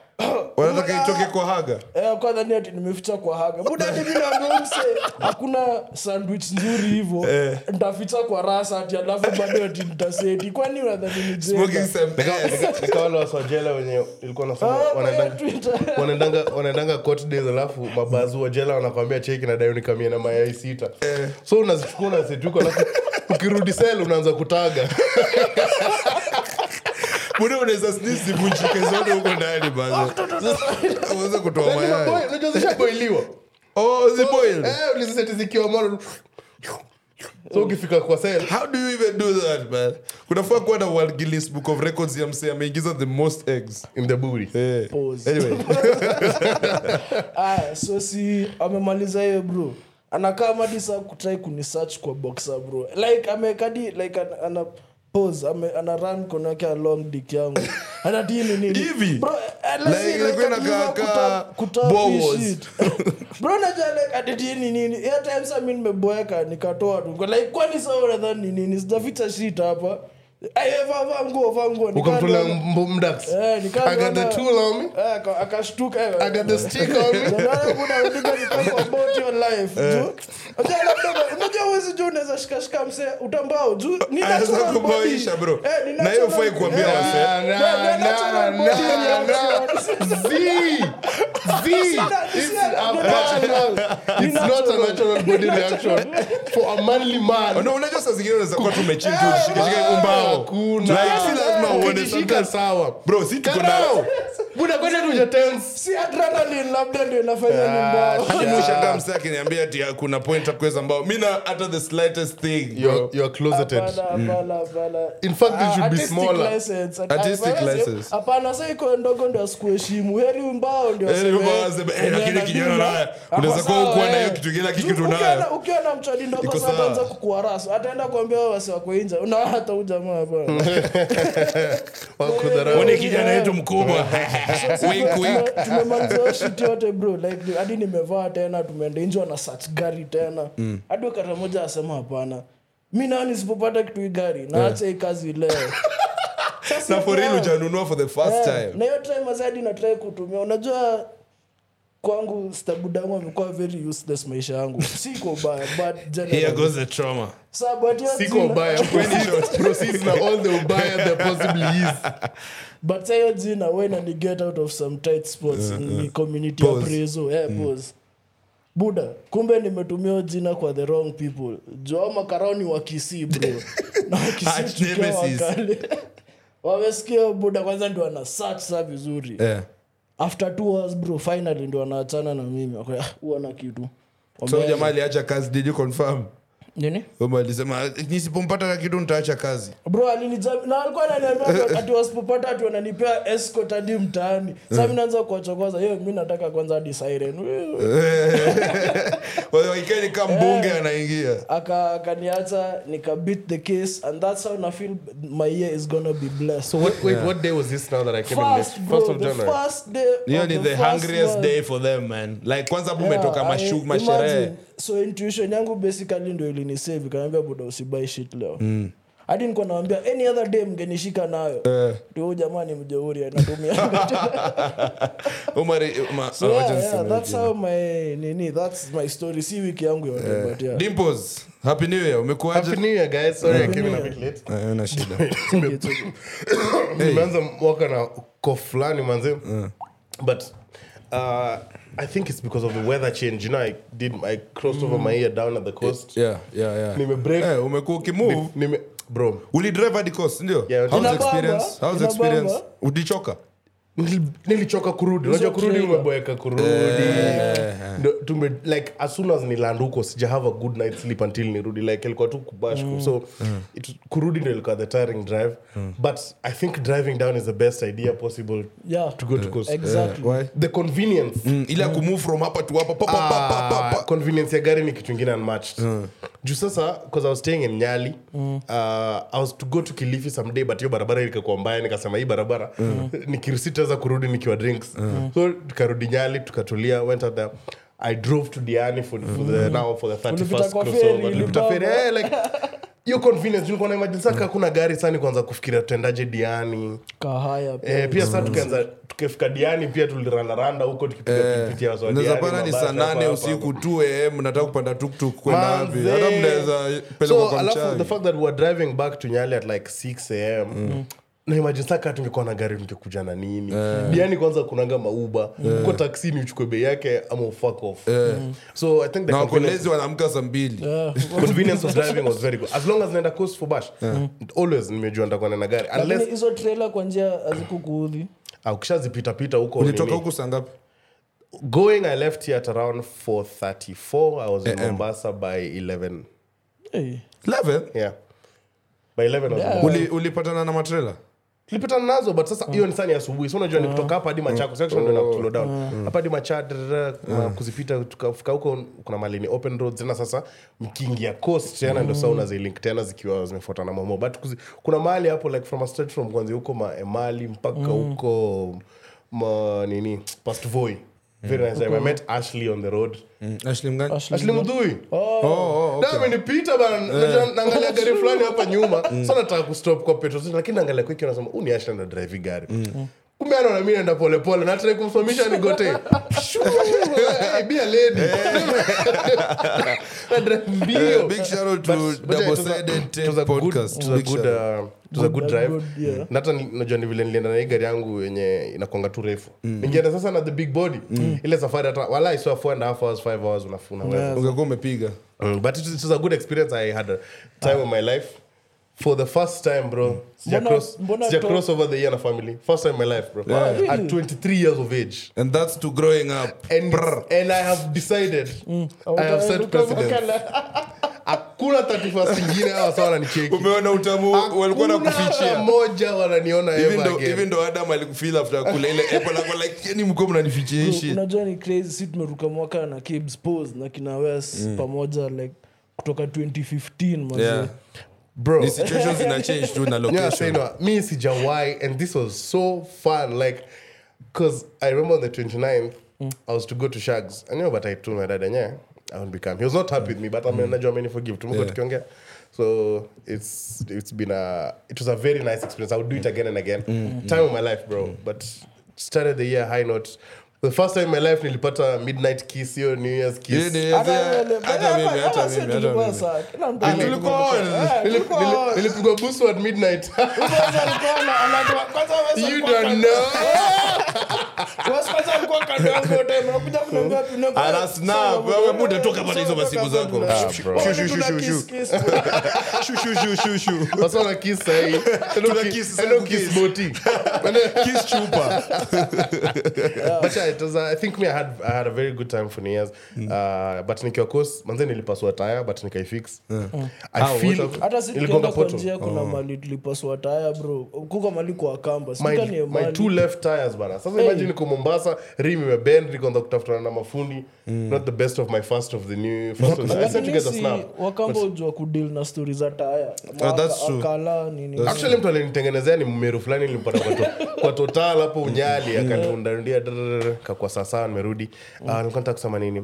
Speaker 2: wanataka itoke kwa haga
Speaker 4: Eh, kwanza ni ati nimeficha kwa haga buda ati mimi naambia mse hakuna sandwich nzuri hivyo nitaficha kwa rasa ati alafu bado ati nitaseti kwani unadhani ni
Speaker 2: Smoking
Speaker 4: jema
Speaker 2: sem- eh,
Speaker 1: nikawale waswajela wenye ilikuwa nasema
Speaker 4: Ah,
Speaker 1: wanaendanga
Speaker 4: kwa Twitter.
Speaker 1: wanaendanga wanaendanga court days alafu mabazu wa jela wanakwambia cheki na dayoni kamia na mayai sita
Speaker 2: Eh.
Speaker 1: so unazichukua unazituko alafu ukirudi sel unaanza kutaga
Speaker 2: Eh. mbona unaweza snis zivunjike zote huko ndani baza uweze
Speaker 4: Yaani
Speaker 2: kutoa mayai
Speaker 1: unajua zishaboiliwa
Speaker 2: oh ziboil
Speaker 1: Eh, uliziseti zikiwa moto. so ukifika kwa sel
Speaker 2: how do you even do that man kunafaa kuwa na world guinness book of records ya msee ameingiza the most eggs
Speaker 1: in the booty
Speaker 2: Eh.
Speaker 4: Pause.
Speaker 2: anyway
Speaker 4: aya so si amemaliza hiyo bro anakaa madi saa kutrai kunisearch kwa boxer bro like amekadi like ana, ana pose ame, ana run mkono yake along dik yangu anatini nini
Speaker 2: Hivi?
Speaker 4: bro eh, let's
Speaker 2: Like,
Speaker 4: see,
Speaker 2: ilikuwa
Speaker 4: like,
Speaker 2: inakaa
Speaker 4: ati hivo
Speaker 2: kaa
Speaker 4: kuta- kuta
Speaker 2: bore
Speaker 4: fish
Speaker 2: wars.
Speaker 4: shit. bro najua like aditini nini hiyo time saa mi nimeboeka nikatoa tu Kwa like kwani saa unadhani ni nini sijaficha shit hapa Aye, vaa vaa nguo vaa nguo Nikaa
Speaker 1: ukamtolea
Speaker 4: naona-
Speaker 1: mdax
Speaker 4: Eh, nikaa
Speaker 1: i got the
Speaker 4: naona-
Speaker 1: tool on me
Speaker 4: Eh, aka- akashtuka eh,
Speaker 1: i got the stick on me
Speaker 2: Eh.
Speaker 4: shikashika mse utambao juu ni
Speaker 2: Anaweza
Speaker 4: natural body.
Speaker 2: kuboisha, bro.
Speaker 4: Eh, ni
Speaker 2: Na hiyo
Speaker 4: natural-
Speaker 2: hufai kuambia
Speaker 4: Eh,
Speaker 2: wase.
Speaker 1: Na, na,
Speaker 4: na- na natural
Speaker 1: na,
Speaker 4: body
Speaker 1: na,
Speaker 4: reaction.
Speaker 1: na. Z! Z! It's a natural- it's not a natural body reaction for a manly man.
Speaker 2: Oh, no unajua saa zingine unaweza kuwa tumechin tu
Speaker 4: Eh,
Speaker 2: shikashika umbao
Speaker 1: Hakuna.
Speaker 2: Like, si lazima
Speaker 1: Eh,
Speaker 2: uone
Speaker 1: ukijishika
Speaker 2: sometimes-
Speaker 1: sawa.
Speaker 2: bro si tuko na
Speaker 1: Karao! Buda, kwani hata huja tense.
Speaker 4: si adrenaline labda ndio inafanya
Speaker 2: Ah,
Speaker 4: ni mbao
Speaker 2: Hadi mwisho hata msee akiniambia ati ah, kuna point akuweza mbao mi na hata the slightest thing
Speaker 1: You're-
Speaker 2: bro.
Speaker 1: you're closeted.
Speaker 4: Hapana, hapana, hapana.
Speaker 1: In fact, it
Speaker 4: Ah,
Speaker 1: should be
Speaker 4: artistic
Speaker 1: smaller.
Speaker 4: license. At-
Speaker 2: Artistic
Speaker 4: hapana, sio-
Speaker 2: license.
Speaker 4: hapana sa iko ndogo ndio asikuheshimu heri umbao ndio
Speaker 2: Heri
Speaker 4: aseme-
Speaker 2: umbao aseme, eh,
Speaker 4: Ndio
Speaker 2: lakini
Speaker 4: anapima.
Speaker 2: kijana naye,
Speaker 4: Ako
Speaker 2: unaweza kuwa
Speaker 4: sawa,
Speaker 2: hukuwa na
Speaker 4: eh.
Speaker 2: hiyo kitu kile, lakini
Speaker 4: Juu
Speaker 2: kitu
Speaker 4: ukiwa
Speaker 2: nayo.
Speaker 4: na- ukiwa na mchadi ndogo
Speaker 2: Iko
Speaker 4: sana
Speaker 2: sawa.
Speaker 4: ataanza kukuharass. ataenda kuambia wewe wasi wako inja unaona hata huyu jamaa hapa
Speaker 1: Wakudharau.
Speaker 2: Mwone kijana wetu mkubwa Wink, wink.
Speaker 4: tumemaliza shit yote bro like ni- hadi nimevaa tena tumeenda injwa na search gari tena
Speaker 2: Mm.
Speaker 4: hadi wakati moja asema hapana mi nao nisipopata kitu hii gari naacha hii kazi leo Sasa
Speaker 2: na foreign
Speaker 4: yeah.
Speaker 2: hujanunua for the first
Speaker 4: Yeah,
Speaker 2: time
Speaker 4: na hiyo time azadi natrai kutumia unajua kwangu stabudangu amekuwa very useless maisha yangu siko ubaya but
Speaker 2: here
Speaker 4: generally-
Speaker 2: goes the trauma
Speaker 4: Sa, but hiyo
Speaker 1: Siko
Speaker 4: jina-
Speaker 1: ubaya. Proceed- proceed na all the ubaya there possibly is.
Speaker 4: but sayo jina wena ni get out of some tight spots ni community
Speaker 2: Eh, Pause. Mm.
Speaker 4: appraisal yeah, pause buda kumbe nimetumia hiyo jina kwa the wrong people joa makarao ni wakisii bro na
Speaker 2: Arch
Speaker 4: wakisii tukiwa
Speaker 2: nemesis.
Speaker 4: wakali wamesikia buda kwanza ndio ana search saa vizuri
Speaker 2: yeah.
Speaker 4: after two hours bro finally ndo anaachana na mimi Wako, "Ah, huwa na kitu
Speaker 2: so
Speaker 4: Wameanza.
Speaker 2: huyu jamaa aliacha kazi did you confirm
Speaker 4: nini
Speaker 2: Kwamba alisema nisipompata na kitu nitaacha kazi
Speaker 4: bro alinijam- na alikuwa ananiambia ati- ati wasipopata ati wananipea escort hadi mtaani sasa mimi naanza kuwachokoza yo mi nataka kwanza hadi siren
Speaker 2: Eh. waikani ka mbunge anaingia
Speaker 4: aka akaniacha nika beat the case and that's how na feel my year is gonna be blessed
Speaker 1: So what, wait, what day was this now that I came in
Speaker 4: First,
Speaker 1: late?
Speaker 4: bro,
Speaker 1: First of
Speaker 4: the
Speaker 1: January.
Speaker 4: first day
Speaker 2: hiyo
Speaker 4: of
Speaker 2: ni
Speaker 4: the
Speaker 2: the
Speaker 4: first
Speaker 2: hungriest
Speaker 4: month.
Speaker 2: day for them man like kwanza hapo
Speaker 4: Yeah,
Speaker 2: umetoka
Speaker 4: I-
Speaker 2: mashu masherehe
Speaker 4: imagine. so intuition yangu basically ndo ilinisave kanaambia buda usibai shit leo
Speaker 2: Mm.
Speaker 4: hadi nikuwa nawambia any other day mgenishika nayo
Speaker 2: Eh.
Speaker 4: ndio huyu jamaa ni mjeuri anatumia
Speaker 2: Umari- eh, ma-
Speaker 4: So, yeah,
Speaker 2: wacha
Speaker 4: yeah,
Speaker 2: niseme
Speaker 4: that's
Speaker 2: jina.
Speaker 4: how my nini that's my story si wiki yangu yote but yeah
Speaker 2: dimples happy new year
Speaker 1: Happy
Speaker 2: umekuaje
Speaker 1: New Year, guys. Sorry I came in a bit late.
Speaker 2: Eh, na shida
Speaker 4: Take it.
Speaker 1: nimeanza mwaka na ko fulani manze but uh, i think it's because of the weather change you know i did i crossed over my ear down at the coast
Speaker 2: yeah, yeah, yeah.
Speaker 1: Nimebreak.
Speaker 2: Eh, umekuwa ukimove
Speaker 1: Nime, bro
Speaker 2: ulidrive hadi coast ndio
Speaker 1: Yeah,
Speaker 2: How's
Speaker 4: Inabamba,
Speaker 2: experience? How's
Speaker 4: inabamba.
Speaker 2: experience? ulichoka
Speaker 1: Nili- nilichoka kurudi unajua kurudi
Speaker 4: trailer.
Speaker 1: umeboeka kurudi Ndo tume like as soon as niland huko sija have a good night sleep until nirudi like ilikuwa tu kubash so it, kurudi ndo ilikuwa the tiring drive but i think driving down is the best idea possible
Speaker 4: Yeah.
Speaker 1: to go to coast
Speaker 4: exactly
Speaker 2: Why?
Speaker 1: the convenience
Speaker 2: Mm, ila kumove from hapa tu hapa pa, pa, pa, pa, pa,
Speaker 1: Ah,
Speaker 2: pa. Hmm.
Speaker 1: convenience ya gari ni kitu ingine unmatched juu sasa bcause i was staying in nyali mm. uh, i was to go to kilifi someday but hiyo barabara ilikakuwa mbaya nikasema hii barabara
Speaker 2: Hmm.
Speaker 1: mm. nikirisitaweza kurudi nikiwa drinks mm. so tukarudi nyali tukatulia went out there i drove to diani for, for
Speaker 2: Hmm.
Speaker 1: the now for the
Speaker 4: Ulipita
Speaker 1: 31st
Speaker 4: kwa
Speaker 1: crossover
Speaker 4: feri,
Speaker 1: Nilipita feri
Speaker 4: Lubaba.
Speaker 1: eh, like hiyo convenience nilikuwa na imagine saka kuna gari sani kuanza kufikiria tutendaje diani
Speaker 4: kahaya pia.
Speaker 1: Eh, pia saa
Speaker 2: Hmm.
Speaker 1: tukaanza tukifika diani pia tulirandaranda huko tukipigapitia
Speaker 2: naweza pana ni Eh, saa nane usiku 2 am nataka kupanda tuktuk kwenda wapi
Speaker 1: Manze.
Speaker 2: hata mnaweza pelekwa
Speaker 1: so
Speaker 2: kwa
Speaker 1: alafu the
Speaker 2: mchanga
Speaker 1: fact that we were driving back to nyali at like 6 am
Speaker 2: Mm.
Speaker 1: na imagine saka tungekuwa na gari tungekuja na nini
Speaker 2: Eh.
Speaker 1: diani kwanza kunanga mauba uko taksi ni uchukue bei yake ama ufuck off so i think the
Speaker 2: Eh. na
Speaker 1: convenience,
Speaker 2: wakolezi wanaamka saa mbili
Speaker 4: Yeah.
Speaker 1: convenience of driving was very good as long as naenda coast for bash
Speaker 2: Eh.
Speaker 1: always nimejua nitakuwa na gari
Speaker 4: Lakini
Speaker 1: unless
Speaker 4: hizo trailer kwa njia hazikukuudhi
Speaker 1: ah, ukishazipitapita huko
Speaker 2: ulitoka
Speaker 1: nini.
Speaker 2: huku saa ngapi
Speaker 1: going i left here at around 4.34 i was in
Speaker 2: AM.
Speaker 1: mombasa by 11
Speaker 4: hey.
Speaker 2: 11
Speaker 1: yeah by 11 I was in
Speaker 4: Yeah.
Speaker 1: Mombasa.
Speaker 2: Uli- ulipatana na matrela
Speaker 1: tulipitana nazo but sasa hiyo ni sani ya asubuhi so unajua ni kutoka hapa hadi machako section ndo nakutulo down hapa hadi machadra kuzipita tukafika huko kuna malini open roads tena sasa mkiingia coast tena ndo saa unazilink tena zikiwa zimefuatana momo but kuzi, kuna mahali hapo like from a straight from kwanzia huko maemali mpaka huko ma, nini pastvoy very nice time. i met ashley on the road
Speaker 2: ashli mgani
Speaker 4: Ashley.
Speaker 1: ashley mudhui
Speaker 2: Oh, oh, okay. Eh. Mm.
Speaker 1: Da, amenipita bana Najua naangalia gari fulani hapa nyuma so nataka kustop kwa petrol station, lakini naangalia kwiki nasema huu ni ashland na drive hii gari
Speaker 2: Mm.
Speaker 4: Mm.
Speaker 1: kumbe ana na mimi naenda polepole natrai kumswamisha nigote Shuu, eh, bia ledi Na drive
Speaker 2: Eh,
Speaker 1: mbio
Speaker 2: big shout
Speaker 1: But-
Speaker 2: out to
Speaker 1: but yeah, it
Speaker 2: double
Speaker 1: was a-
Speaker 2: sided
Speaker 1: it was a
Speaker 2: tape
Speaker 1: good-
Speaker 2: podcast
Speaker 1: it was a
Speaker 2: Big
Speaker 1: good,
Speaker 2: shout out.
Speaker 1: uh, it was a good
Speaker 4: Good,
Speaker 1: drive Mm.
Speaker 4: good, yeah.
Speaker 1: na hata ni- najua ni vile nilienda na hii gari yangu yenye inakwanga tu refu
Speaker 2: Mm.
Speaker 1: ningeenda sasa na the big body ile safari hata wala iswa four and a half hours five hours unafuna unaweza
Speaker 2: ungekuwa umepiga
Speaker 1: Mm, but it, it was a good experience. I had a time of my life. For the first time, bro. Sija
Speaker 4: Mbona-
Speaker 1: cross,
Speaker 4: mbona
Speaker 1: sija
Speaker 4: to-
Speaker 1: cross over the year na family. First time in my life, bro.
Speaker 4: Yeah.
Speaker 1: At 23 years of age.
Speaker 2: and that's to growing up
Speaker 1: And, and I have decided
Speaker 4: Mm.
Speaker 1: I have set precedent. Hakuna 31st ingine hawa sawa wananicheki.
Speaker 2: umeona utamu walikuwa na
Speaker 1: Hakuna hata
Speaker 2: kufichia
Speaker 1: moja wananiona ever again.
Speaker 2: hivi ndo adam alikufil after kula ile apple ako like yani mko mnanifichia hii shit
Speaker 4: unajua ni crazy si tumeruka mwaka na kibs pose na kina wes pamoja like kutoka 2015 mazee.
Speaker 2: yeah
Speaker 1: Bro.
Speaker 2: ni situations zina change tu na
Speaker 1: Yeah,
Speaker 2: location
Speaker 1: say no. Me sijawai, and this was so fun. Like, cause I remember on the 29th, I was to go to Shags. I know, but I told my dad, yeah, I won't become. He was not happy with me, but I'm mm. not many forgive. Tumekuwa
Speaker 2: Yeah.
Speaker 1: tukiongea. So it's it's been a it was a very nice experience. I would do it again and again. Time of my life, bro. But started the year high note. The first time in my life nilipata midnight kiss, hiyo New Year's
Speaker 2: Hii
Speaker 1: kiss.
Speaker 2: ni-
Speaker 4: Hata
Speaker 2: hata
Speaker 4: yule-
Speaker 2: hata mimi
Speaker 4: hata
Speaker 2: hata
Speaker 4: si
Speaker 2: mimi hata
Speaker 4: tulikuwa
Speaker 2: mimi
Speaker 4: sawa. Kila mtu alikuwa-
Speaker 2: tulikuwa on.
Speaker 4: Eh,
Speaker 1: Nili-
Speaker 4: tulikuwa on.
Speaker 1: nili- Nilipigwa busu at midnight.
Speaker 4: Kwanza alikuwa ana- anatoa- kwanza Wes
Speaker 1: you
Speaker 4: alikuwa
Speaker 1: don't
Speaker 4: kando-
Speaker 1: know.
Speaker 4: Wes kwanza alikuwa kando yangu yote, unakuja kuniambia tunakuwa-
Speaker 2: Ana snap,
Speaker 4: Sawa,
Speaker 2: wewe muda toka pale
Speaker 4: sawa,
Speaker 2: hizo masiku
Speaker 4: toka
Speaker 2: zako.
Speaker 4: pale.
Speaker 2: Ah,
Speaker 4: Shh,
Speaker 1: bro.
Speaker 4: shh,
Speaker 2: Shh, shh,
Speaker 4: tuna
Speaker 2: shh,
Speaker 4: kiss,
Speaker 2: shh.
Speaker 4: kiss.
Speaker 2: Shoo, shoo, shoo, shoo, shoo.
Speaker 1: That's what I kiss sahi.
Speaker 2: Tuna
Speaker 1: Hello,
Speaker 2: kiss,
Speaker 1: kiss, hello,
Speaker 2: kiss.
Speaker 1: kiss, boti.
Speaker 2: Kiss chupa.
Speaker 1: but yeah, it was, uh, I think me I had I had a very good time for New Year's. Uh, but nikiwa course, manze nilipasua tire but nikaifix. I
Speaker 2: Ah,
Speaker 1: feel
Speaker 2: what
Speaker 4: hata si
Speaker 1: niligonga
Speaker 4: tukienda kwa
Speaker 1: poto.
Speaker 4: njia
Speaker 2: Ah.
Speaker 4: kuna mali tulipasua taya bro kuko mali kwa kamba
Speaker 1: My,
Speaker 4: sikani
Speaker 1: my
Speaker 4: ya mali
Speaker 1: two left tires bana. Sasa
Speaker 4: Hey.
Speaker 1: imagine niko Mombasa, rim imebend, nikaanza kutafutana na mafundi. Not the best of my first of the new first of the, I sent you guys a snap.
Speaker 4: wakamba ujua kudeal na stori za taya
Speaker 2: Ah, that's true.
Speaker 4: akala nini
Speaker 1: actually mtu alinitengenezea ni mmeru fulani nilimpata kwa, to, kwa total hapo unyali akaniundandia kakwa sasaa nimerudi Ah, nilikuwa nataka kusema nini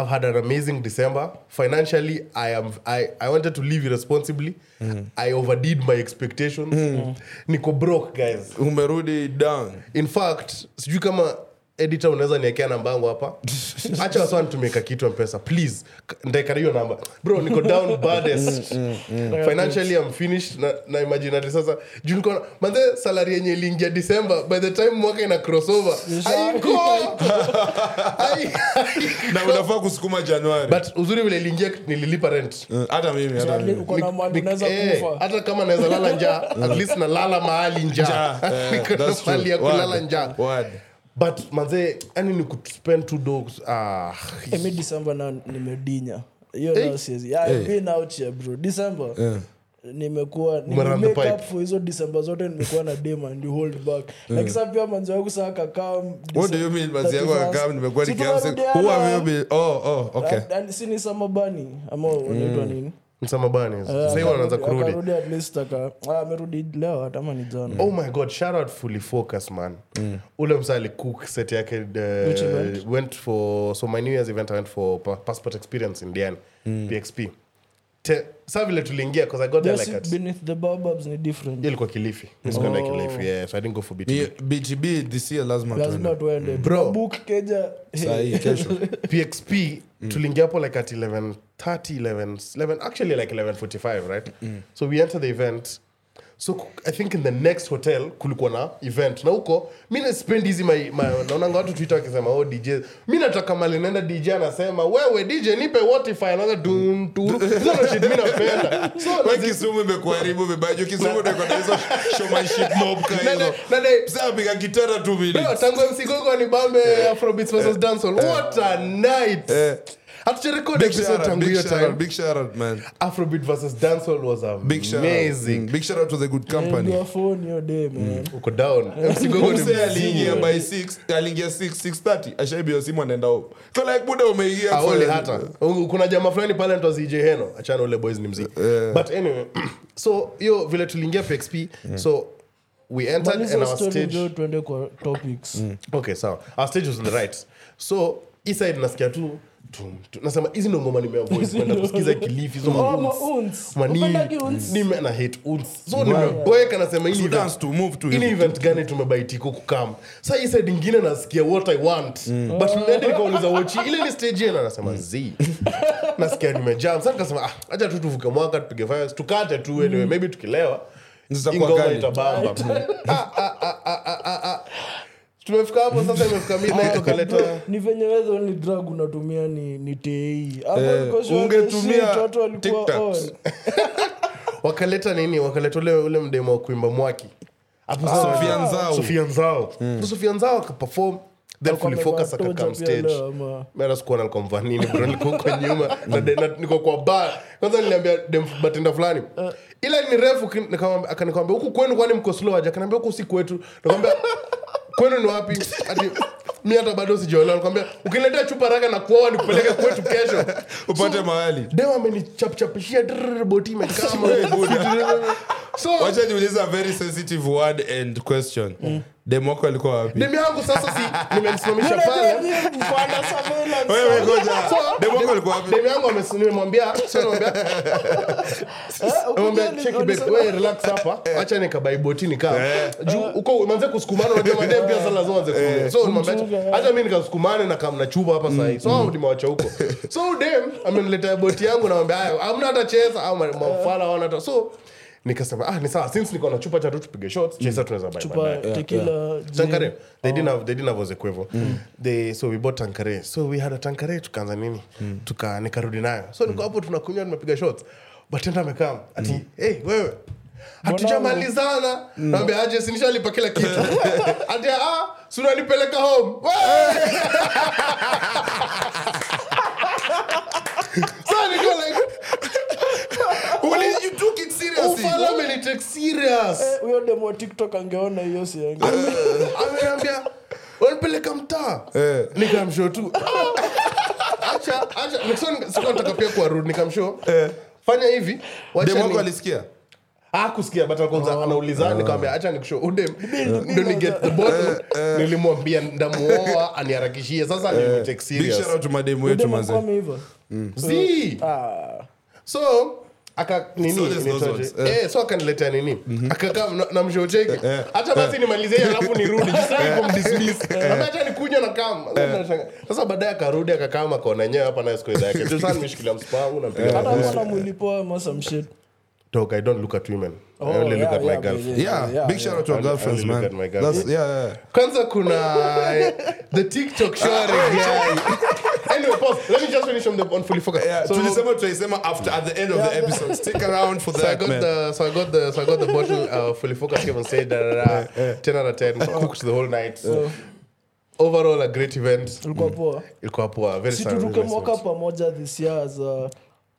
Speaker 1: i've had an amazing december financially i am i, I wanted to live irresponsibly i overdid my expectations niko broke guys
Speaker 2: umerudi down
Speaker 1: in fact sijui kama edita unaweza niekea namba yangu hapa hacha wasa nitumika kitu mpesa please ntaikari hiyo namba bro niko down baddest
Speaker 2: Mm,
Speaker 1: financially I'm finished na, na imaginary sasa juu niko na- manze salari yenye iliingia december by the time mwaka ina crossover haiko Hai-
Speaker 2: na unafaa kusukuma januari
Speaker 1: but uzuri vile iliingia nililipa rent
Speaker 2: Mm, hata mimi hata mimi
Speaker 4: uko na mwadi unaweza
Speaker 1: Eh,
Speaker 4: kufa
Speaker 1: hata kama naweza lala njaa at least nalala mahali njaa
Speaker 2: Ah, eh,
Speaker 1: Niko na
Speaker 2: that's true.
Speaker 1: mahali ya kulala
Speaker 2: Word.
Speaker 1: njaa
Speaker 2: Word.
Speaker 1: but manze yani ni kuspend two dogs ah,
Speaker 4: Eh, mi disemba nao nimedinya hiyo
Speaker 2: Eh.
Speaker 1: Hey.
Speaker 4: nao siezi yeah, I've been out here bro disemba nimekuwa
Speaker 1: Umerun the
Speaker 4: nime make
Speaker 1: pipe.
Speaker 4: up for hizo disemba zote nimekuwa na dem and you hold back lakini sasa pia manzi wangu saa kakam
Speaker 2: Eh. What do you mean manzi yangu akakam nimekuwa nikiamsa who have you been oh oh okay Mm.
Speaker 4: sini sama bani ama wanaitwa nini
Speaker 1: msamabani sahii
Speaker 4: Eh,
Speaker 1: wanaanza
Speaker 4: akarudi-
Speaker 1: kurudi
Speaker 4: akarudi at least aka- ah, amerudi leo hata ama ni
Speaker 2: Mm.
Speaker 4: jana
Speaker 1: oh my god shout out fully focus man ule msa alikook set yake uh,
Speaker 4: Mm. Which event?
Speaker 1: went for so my new year's event i went for pa- passport experience in dian
Speaker 4: Mm.
Speaker 1: pxp Te- sa vile tuliingia because i got there
Speaker 4: Just
Speaker 1: like at
Speaker 4: beneath the baobabs ni different
Speaker 1: Yeah, ilikuwa kilifi Mi sikuenda
Speaker 4: Oh.
Speaker 1: kilifi yeah so i didn't go for
Speaker 2: Ni
Speaker 1: BTB.
Speaker 2: btb this year lazima
Speaker 4: lazima
Speaker 2: tuende
Speaker 4: tuende
Speaker 1: Bro.
Speaker 4: Tunabook keja
Speaker 2: Saa hii, kesho
Speaker 1: pxp tuliingia hapo like at 11 30 11 11 actually like 11:45 right so we enter the event so ku- i think in the next hotel kulikuwa na event na huko mi naspend hizi my- my- naonanga watu twitter wakisema oh dj mi nataka mali naenda dj anasema wewe dj nipe watify anaanza dun turu hizo ndo shit mi napenda so
Speaker 2: Wewe kisumu imekuharibu vibaya juu kisumu ndio iko na hizo showmanship mob
Speaker 1: na-
Speaker 2: ka
Speaker 1: na-
Speaker 2: hizo
Speaker 1: na- na-
Speaker 2: sasa piga gitara tu mbili
Speaker 1: Leo, tangu MC Gogo anibambe Afrobeats versus dancehall. What a night.
Speaker 2: Eh.
Speaker 1: Hatujarekodi
Speaker 2: big
Speaker 1: episode
Speaker 2: shout out
Speaker 1: tangu
Speaker 2: big
Speaker 1: hiyo
Speaker 2: shout out
Speaker 1: time.
Speaker 2: big shout out man
Speaker 1: Afrobeat versus dancehall was
Speaker 2: big shout
Speaker 1: amazing.
Speaker 2: out big shout out to the good company
Speaker 4: Ndio phone hiyo day man
Speaker 1: Uko down. MC Gogo ni
Speaker 2: Mse
Speaker 1: mzee.
Speaker 2: aliingia by 6 aliingia 6 6:30 ashaibiwa simu anaenda huko. So like buda umeingia
Speaker 1: Haoli
Speaker 2: kwa-
Speaker 1: hata. Ungu- Kuna jamaa fulani pale anaitwa ZJ Heno. Achana ule boys ni mzee.
Speaker 2: Eh,
Speaker 1: But anyway, so hiyo vile tuliingia PXP, so we entered and
Speaker 4: maliza
Speaker 1: our
Speaker 4: story
Speaker 1: stage Mm.
Speaker 4: ndio tuende kwa topics
Speaker 1: okay sawa our stage was on the right so hii side nasikia tu tum, tum. nasema hizi ndo ngoma nimeavoid kwenda kusikiza kilifi hizo
Speaker 4: Oh,
Speaker 1: ma-uns.
Speaker 4: ma-uns.
Speaker 1: Ma-nini.
Speaker 4: Upendagi uns.
Speaker 1: Nime- na hate uns. so nimeboeka nasema hii
Speaker 2: To
Speaker 1: event-
Speaker 2: dance to move to
Speaker 1: hii ni event gani tumebaitiko kukam sa hii side ingine nasikia what i want but nende nikauliza wochi ile ni stage yenu anasema z nasikia nimejam sa nikasema ah, acha tu tuvuke mwaka tupige fires tukate tu anyway maybe tukilewa
Speaker 2: Zitakuwa
Speaker 1: ingoma
Speaker 2: kali.
Speaker 1: itabamba Ah, ah, ah, ah, ah, ah, ah. tumefika hapo sasa imefika midnight wakaleta
Speaker 4: ni venye wewe only drug unatumia ni ni TAE Hapo
Speaker 2: Eh,
Speaker 4: Ah, because you
Speaker 2: ungetumia
Speaker 4: were shit, watu walikuwa Oh.
Speaker 2: TikToks.
Speaker 4: on.
Speaker 1: wakaleta nini wakaleta ule, ule mdemo wa kuimba mwaki hapo sasa-
Speaker 2: Ah. Sofia Nzau.
Speaker 1: Sofia nzao sofia nzao akaperform then
Speaker 4: Hmm. Alikuwa
Speaker 1: fully focus
Speaker 4: amevaa
Speaker 1: akakam
Speaker 4: toja pia
Speaker 1: stage
Speaker 4: leo, ama-
Speaker 1: mara sikuona alikuwa mvaa nini bro nilikuwa huko nyuma na de- na- niko kwa bar kwanza niliambia dem bartender fulani
Speaker 4: Eh.
Speaker 1: ila ni refu kin- nikamwambia- akanikwambia huku kwenu kwani mko slow aje akaniambia huku si kwetu nikamwambia kwenu ni wapi ati mi hata bado sijaolewa nikamwambia ukiniletea chupa raka na kuoa nikupeleke kwetu kesho
Speaker 2: upate mahali
Speaker 1: dem amenichapchapishia drrrr, boti imekama so
Speaker 2: wacha niuliza a very sensitive word and question dem wako alikuwa wapi
Speaker 1: demu yangu sasa si nimemsimamisha
Speaker 4: Unajua
Speaker 1: pale
Speaker 4: nini? Kupanda surveillance.
Speaker 2: wewe ngoja
Speaker 1: So,
Speaker 2: dem wako alikuwa wapi
Speaker 1: demu yangu ames- nimemwambia so nimemwambia
Speaker 4: Eh,
Speaker 1: Namwambia,
Speaker 4: ukijua
Speaker 1: "Cheki
Speaker 4: ni-
Speaker 1: babe, wewe relax hapa
Speaker 2: Eh.
Speaker 1: acha nikabai boti nikaa juu uko manze kusukumana unajua madem pia sala zoanze
Speaker 2: Eh.
Speaker 1: kuongea so namwambia,
Speaker 4: Mchunga,
Speaker 1: "Acha- acha mi nikasukumane na kama nachuba hapa sahii
Speaker 2: Mm.
Speaker 1: so hao nimewacha huko so dem ameniletea boti yangu namwambia "Ayo, hamna hata cheza au ma- mafala hawana hata so nikasema ah ni sawa since niko na chupa cha tu tupige shots cheza
Speaker 2: Mm.
Speaker 1: tunaweza bai
Speaker 4: Chupa,
Speaker 1: baadaye."
Speaker 4: tequila, gin.
Speaker 1: Tankare. They didn't have they didn't have Ozequevo. They so we bought Tankare. So we had a Tankare tukaanza nini? Tuka nikarudi nayo. So niko hapo tunakunywa tumepiga shots. Bartender amekaa ati hey wewe hatujamalizana naambia aje si nishalipa kila kitu ati ah si unanipeleka home Wewe! so niko like
Speaker 2: Uli- you took it seriously
Speaker 1: ufala amenitake serious
Speaker 4: Eh, huyo demo wa tiktok angeona hiyo siange
Speaker 1: ameambia wanipeleka mtaa
Speaker 2: Eh.
Speaker 1: nikamsho tu acha acha Nixon, sikuwa nataka pia kuwa rude nikamsho fanya hivi wacha
Speaker 2: dem Eh. wako Ah.
Speaker 1: ni-
Speaker 2: alisikia
Speaker 1: hakusikia but alikuwa anauliza nikamwambia acha nikusho udem
Speaker 2: Eh,
Speaker 1: ndo ni get the bottle nilimwambia ndamuoa aniharakishie sasa ni take
Speaker 2: Eh. big
Speaker 1: serious
Speaker 2: shout out to madem wetu
Speaker 4: Demo
Speaker 2: manze
Speaker 4: kwame hivyo
Speaker 1: Zii.
Speaker 4: Ah,
Speaker 1: so aka nini
Speaker 2: So there's those
Speaker 1: inaitwaje?
Speaker 2: ones,
Speaker 1: eh, so akaniletea nini
Speaker 2: Mhm.
Speaker 1: akakaa
Speaker 2: Eh,
Speaker 1: namshocheki hata basi nimalizie hiyo alafu nirudi jisaomdismiss
Speaker 4: Eh.
Speaker 1: hata nikunywa na kama sasa baadaye akarudi akakaa makona yenyewe hapa nayo sikuweza yake Juu sasa nimeshikilia mspa wangu
Speaker 4: Eh.
Speaker 1: nampiga
Speaker 4: hata mbona mulipoa masamshit
Speaker 1: Dog, I don't look at women.
Speaker 4: Oh,
Speaker 1: I only
Speaker 4: yeah,
Speaker 1: look at my
Speaker 4: yeah,
Speaker 1: girlfriend.
Speaker 2: Yeah,
Speaker 4: Yeah,
Speaker 2: big
Speaker 4: yeah.
Speaker 2: shout out to our
Speaker 1: I'll- I'll
Speaker 2: girlfriends,
Speaker 1: look
Speaker 2: man.
Speaker 1: at my
Speaker 2: That's yeah, yeah.
Speaker 1: Kwanza kuna eh, the TikTok shore guy. Anyway, pause. Let me just finish on the on fully focus.
Speaker 2: Yeah,
Speaker 1: so,
Speaker 2: tulisema tutaisema after at the end of the episode. Stick around for
Speaker 1: so I
Speaker 2: that,
Speaker 1: got
Speaker 2: man.
Speaker 1: the so I got the so I got the bottle uh, fully focus came and said da, da,
Speaker 4: Eh,
Speaker 1: da, ten out of ten cooked the whole night. So, overall, a great event.
Speaker 4: ulikuwa poa
Speaker 1: Ilikuwa poa, very sad.
Speaker 4: situruke mwaka pamoja this year za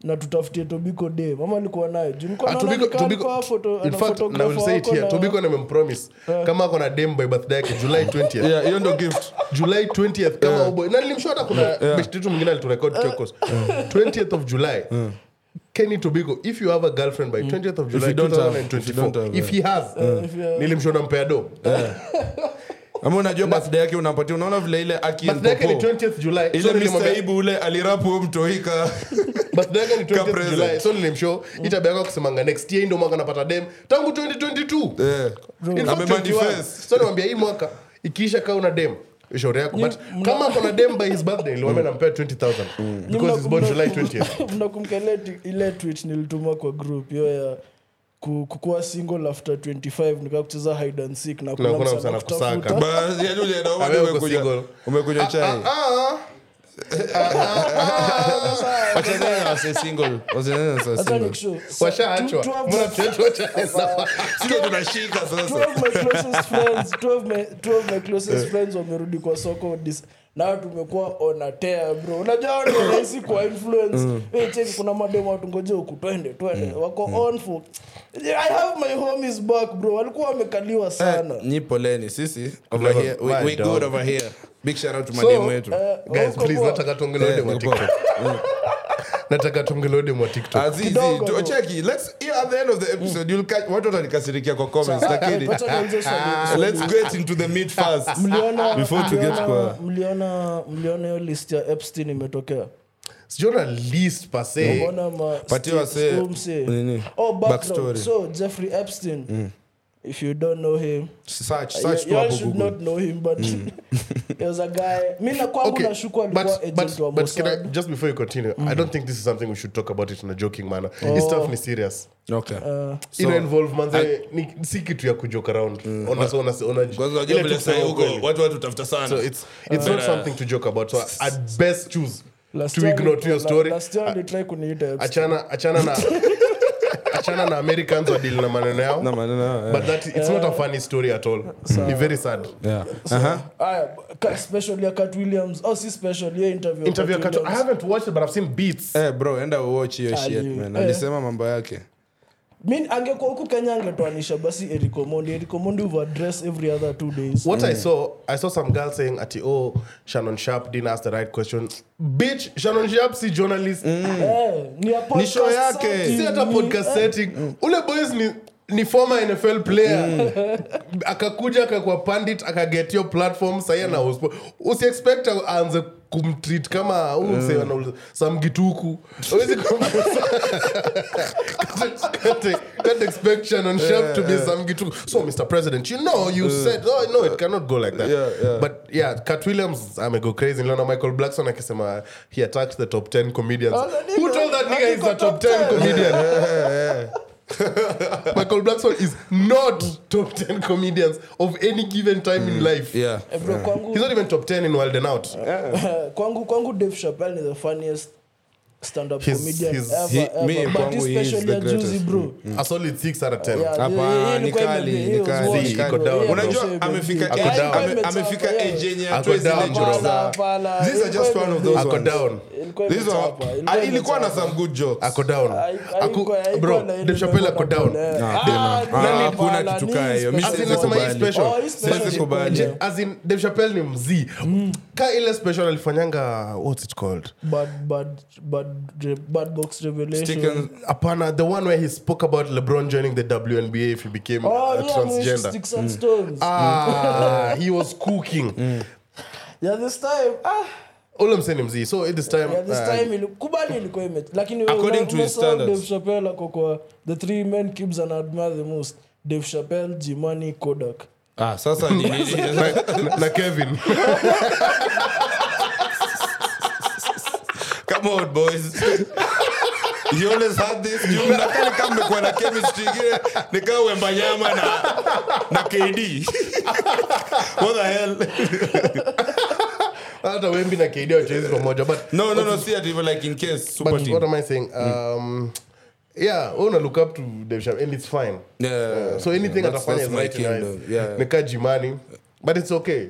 Speaker 4: na tutafutie tobiko de mama nilikuwa naye juu
Speaker 1: Ah,
Speaker 4: nilikuwa naona nikalikuwa photo- ana photographer wako na-
Speaker 1: tobiko nimempromise kama ako na dem by birthday yake july 20th
Speaker 2: Eh. Yeah, hiyo ndo gift.
Speaker 1: july 20th kama uboy na nilimshua hata kuna beshte tu mwingine aliturekod
Speaker 2: Eh.
Speaker 1: kiokos 20th of july kenny tobigo if you have a girlfriend by 20th of july
Speaker 2: Mm. you don't have- if you don't
Speaker 1: 2024
Speaker 2: have,
Speaker 1: if he has Mm. nilimshua nampea do
Speaker 2: ama unajua birthday yake unampatia unaona vile ile Aki and
Speaker 1: birthday yake ni
Speaker 2: Popo.
Speaker 1: 20th july so
Speaker 2: ile
Speaker 1: nilimwambia-
Speaker 2: Mr. Ibu ule alirapu huyo mtoika
Speaker 1: birthday yake ni 20th
Speaker 2: present.
Speaker 1: july so nilimshow itabeaka kusemanga next year hii ndo mwaka napata dem tangu 2022
Speaker 2: Eh.
Speaker 1: In fact,
Speaker 2: Amemanifest.
Speaker 1: 21. so niwambia hii mwaka ikiisha kaa una dem shauri yako but
Speaker 4: Ni- mna- Mm.
Speaker 1: kama kona dem by his birthday niliwambia nampea 20000
Speaker 2: Mm.
Speaker 1: because he's born july 20th
Speaker 4: mnakumkele ile tweet nilituma kwa group hiyo ya ku- kukuwa single after 25 nikaa kucheza hide and seek na kuna
Speaker 1: hakuna
Speaker 4: msana
Speaker 1: msana kusaka.
Speaker 4: kutafuta
Speaker 2: Basi, yaani ulienda home
Speaker 1: Amekuwa
Speaker 2: umekuja-
Speaker 1: single.
Speaker 2: umekunywa chai
Speaker 1: Ah,
Speaker 2: Wachana na wase single. Wachana na wase
Speaker 4: Hata
Speaker 2: single.
Speaker 4: nikushow, sa-
Speaker 1: washaachwa
Speaker 4: tu- twelve
Speaker 1: Mbona
Speaker 4: my-
Speaker 1: tuachwa cha- sawa.
Speaker 2: Sio tunashika sasa.
Speaker 4: twelve my closest friends- twelve my- twelve my closest friends wamerudi kwa soko dis- na tumekuwa onatea bro unajua hao ni rahisi kwa
Speaker 2: Mm.
Speaker 4: influence Eh, cheki kuna mademo watungoje huku twende twende
Speaker 2: Mm.
Speaker 4: wako on for i have my homies back bro walikuwa wamekaliwa sana
Speaker 2: Eh, nyi poleni sisi over
Speaker 1: Never-
Speaker 2: here we,
Speaker 1: my
Speaker 2: we
Speaker 1: dog.
Speaker 2: good over here big shout out to
Speaker 1: So,
Speaker 2: mademu wetu Eh,
Speaker 4: Eh,
Speaker 1: Guys,
Speaker 4: wako
Speaker 1: please,
Speaker 4: poa.
Speaker 1: nataka tuongelee dem wa
Speaker 2: niko
Speaker 1: TikTok. nataka tuongelee dem wa TikTok.
Speaker 2: Azizi,
Speaker 4: Kidogo
Speaker 2: Ah, tu-
Speaker 4: tu.
Speaker 2: cheki let's here at the end of the episode you'll catch watu watanikasirikia kwa comments lakini Ah,
Speaker 4: Wacha niulize swali- swali.
Speaker 2: let's get into the meat first
Speaker 4: Mliona-
Speaker 2: before to get
Speaker 4: mliona-
Speaker 2: kwa
Speaker 4: mliona mliona hiyo list ya epstein imetokea
Speaker 1: Sijaona list per se.
Speaker 4: Mbona ma-
Speaker 2: Patia
Speaker 4: sti-
Speaker 2: wasee,
Speaker 4: stu msee?
Speaker 2: nini,
Speaker 4: Oh, background.
Speaker 2: backstory.
Speaker 4: so jeffrey epstein
Speaker 1: Mm.
Speaker 4: if you don't know him
Speaker 2: search
Speaker 4: y-
Speaker 2: search tu
Speaker 4: y'all
Speaker 2: hapo
Speaker 4: should
Speaker 2: Google.
Speaker 4: not know him but there was a guy mi na kwangu
Speaker 1: Mm. Okay,
Speaker 4: nashuku
Speaker 1: but-
Speaker 4: alikuwa agent
Speaker 1: but-
Speaker 4: wa
Speaker 1: but can I-
Speaker 4: Mossad. Mm.
Speaker 1: just before you continue i don't think this is something we should talk about it in a joking manner Hii
Speaker 4: Oh.
Speaker 1: stuff ni serious
Speaker 2: okay
Speaker 4: Uh,
Speaker 1: Ina involve manze, ni- si kitu ya kujoke around Ona- ona- ona-
Speaker 2: kwanza
Speaker 1: ile
Speaker 2: wajua
Speaker 1: tu
Speaker 2: Mm. vile sasa
Speaker 1: kusema
Speaker 2: huko
Speaker 1: ukweli.
Speaker 2: watu watu tafuta sana
Speaker 1: So it's it's not something to joke about. So I'd best choose
Speaker 4: Uh, Last
Speaker 1: to
Speaker 4: year
Speaker 1: ignore to
Speaker 4: nilikuwa-
Speaker 1: your story.
Speaker 4: last year nilitry kuniita Epstein.
Speaker 1: Achana achana na achana na Americans wa deal na maneno yao.
Speaker 2: na maneno yao,
Speaker 1: But that it's not a funny story at all. Ni very sad.
Speaker 2: yeah aha
Speaker 4: Aya, ka- special ya Cat Williams. Oh, si special, hiyo interview ya
Speaker 1: Interview
Speaker 4: Cat
Speaker 1: kacho. I
Speaker 4: Williams.
Speaker 1: haven't watched it but I've seen beats.
Speaker 2: eh bro enda watch your shit
Speaker 4: Ali-
Speaker 2: man
Speaker 4: eh.
Speaker 2: alisema mambo yake
Speaker 4: mi angekuwa huku kenya angetoanisha basi erikomondi erikomondi uvaddress every other two days
Speaker 1: What I saw, I saw some girl saying, "Ati oh, Shannon Sharp didn't ask the right question." Bitch, Shannon Sharp si journalist.
Speaker 4: Eh, ni ya podcast
Speaker 2: show yake.
Speaker 4: setting,
Speaker 1: si hata
Speaker 4: ni-
Speaker 1: podcast setting ule boys ni ni former nfl player
Speaker 2: Mm.
Speaker 1: akakuja akakuwa pandit akaget yo platform sahii
Speaker 2: Mm.
Speaker 1: anauspo usiexpect aanze kumtreat kama huyu
Speaker 2: Mm.
Speaker 1: msee anauliza samgituku awezi expect shannon sharp to be samgituku so mr president you know you said oh, no it cannot go like that
Speaker 2: Mm. Yeah, yeah.
Speaker 1: but yeah cat williams amego crazy niliona michael blackson akisema he attacked the top 10 comedians who told that nigga he's a top 10 comedian Michael Blackson is not top 10 comedians of any given time in life.
Speaker 2: yeah
Speaker 4: Eh, bro, kwangu-
Speaker 1: He's not even top 10 in Wild and Out.
Speaker 4: kwangu kwangu dave chapel ni the funniest stand-up
Speaker 1: He's-
Speaker 4: comedian
Speaker 1: he's-
Speaker 4: ever,
Speaker 1: he-
Speaker 4: ever.
Speaker 2: me,
Speaker 4: But
Speaker 2: kwangu
Speaker 4: hii
Speaker 2: he is
Speaker 4: special
Speaker 2: the
Speaker 4: ya juzi,
Speaker 2: greatest. Mm.
Speaker 4: bro.
Speaker 1: A solid 6 out of 10.
Speaker 4: Yeah,
Speaker 2: Hapa,
Speaker 4: hii- hii
Speaker 2: ni
Speaker 4: ilikuwa
Speaker 2: kali,
Speaker 4: imebe-
Speaker 2: ni
Speaker 4: hii was
Speaker 2: kali.
Speaker 4: washed,
Speaker 1: Iko
Speaker 4: bro.
Speaker 1: down.
Speaker 4: Yeah,
Speaker 2: unajua
Speaker 4: ilikuwa
Speaker 2: amefika
Speaker 4: imebe-
Speaker 1: down.
Speaker 4: ilikuwa
Speaker 1: Ame-
Speaker 2: ame-
Speaker 4: imechapa,
Speaker 2: amefika
Speaker 4: yeah.
Speaker 2: age yenye
Speaker 1: Ako
Speaker 2: hatuwezi
Speaker 1: down,
Speaker 2: leisure
Speaker 1: bro.
Speaker 2: za-
Speaker 4: Hapana,
Speaker 2: These are just
Speaker 4: ilikuwa
Speaker 2: one of
Speaker 4: imebe-
Speaker 2: those
Speaker 1: Ako
Speaker 2: ones.
Speaker 1: down.
Speaker 4: Ilikuwa
Speaker 2: These are-
Speaker 4: imechapa, ilikuwa
Speaker 2: Ah, ilikuwa na
Speaker 4: imechapa.
Speaker 2: some good jokes
Speaker 1: Ako down.
Speaker 4: Haikuwa-
Speaker 1: Aku,
Speaker 4: haikuwa-
Speaker 1: bro,
Speaker 4: haikuwa na-
Speaker 1: Dave Chappelle ako down.
Speaker 4: Eh,
Speaker 2: Ah,
Speaker 4: ah,
Speaker 2: tena.
Speaker 4: ni
Speaker 2: Ah,
Speaker 4: hapana,
Speaker 2: hakuna
Speaker 4: ni
Speaker 2: kitu kaa hiyo. Mi
Speaker 1: As
Speaker 4: special.
Speaker 1: in, nasema hii
Speaker 2: Sikubali.
Speaker 1: Ah, special.
Speaker 4: Oh, hii special
Speaker 2: Siwezi
Speaker 4: ni
Speaker 2: kubali.
Speaker 4: special.
Speaker 1: As in, Dave Chappelle ni mzii. Ka ile special alifanyanga, what's it called?
Speaker 4: Bad- bad- bad re- bad box revelation.
Speaker 2: Stick and-
Speaker 1: Apana, the one where he spoke about LeBron joining the WNBA if he became
Speaker 4: Oh,
Speaker 1: a
Speaker 4: yeah,
Speaker 1: transgender.
Speaker 4: sticks and
Speaker 2: Mm. Ah.
Speaker 4: stones.
Speaker 1: Ah, he was cooking.
Speaker 4: Yeah, this time, ah,
Speaker 1: ule msee ni mzii so at this time
Speaker 4: Yeah, this
Speaker 1: uh,
Speaker 4: time ili- kubali ilikuwa ime lakini wewe
Speaker 2: Ah, According
Speaker 4: una-
Speaker 2: to his
Speaker 4: umesahau
Speaker 2: standards.
Speaker 4: Dave Chappelle ako kwa the three men Kibz and admire the most Dave Chappelle, Jimani, Kodak.
Speaker 2: ah, sasa ni- ni- ni-
Speaker 1: na- na- na kevin
Speaker 2: come on boys you always had this You mnakaa kama mmekuwa na chemistry ingine nikaa wembanyama na na kd what the hell
Speaker 1: hata wembi na kd wachezi pamoja but
Speaker 2: no no no see that even like in case super
Speaker 1: but
Speaker 2: team
Speaker 1: what am i saying um, yeah wewe una look up to Dave Chappelle and it's fine
Speaker 2: yeah
Speaker 1: so anything
Speaker 2: That's-
Speaker 1: atafanya is
Speaker 2: that's my
Speaker 1: right in your
Speaker 2: kingdom.
Speaker 1: eyes.
Speaker 2: Yeah.
Speaker 1: Nikaa jimani but it's okay Ule-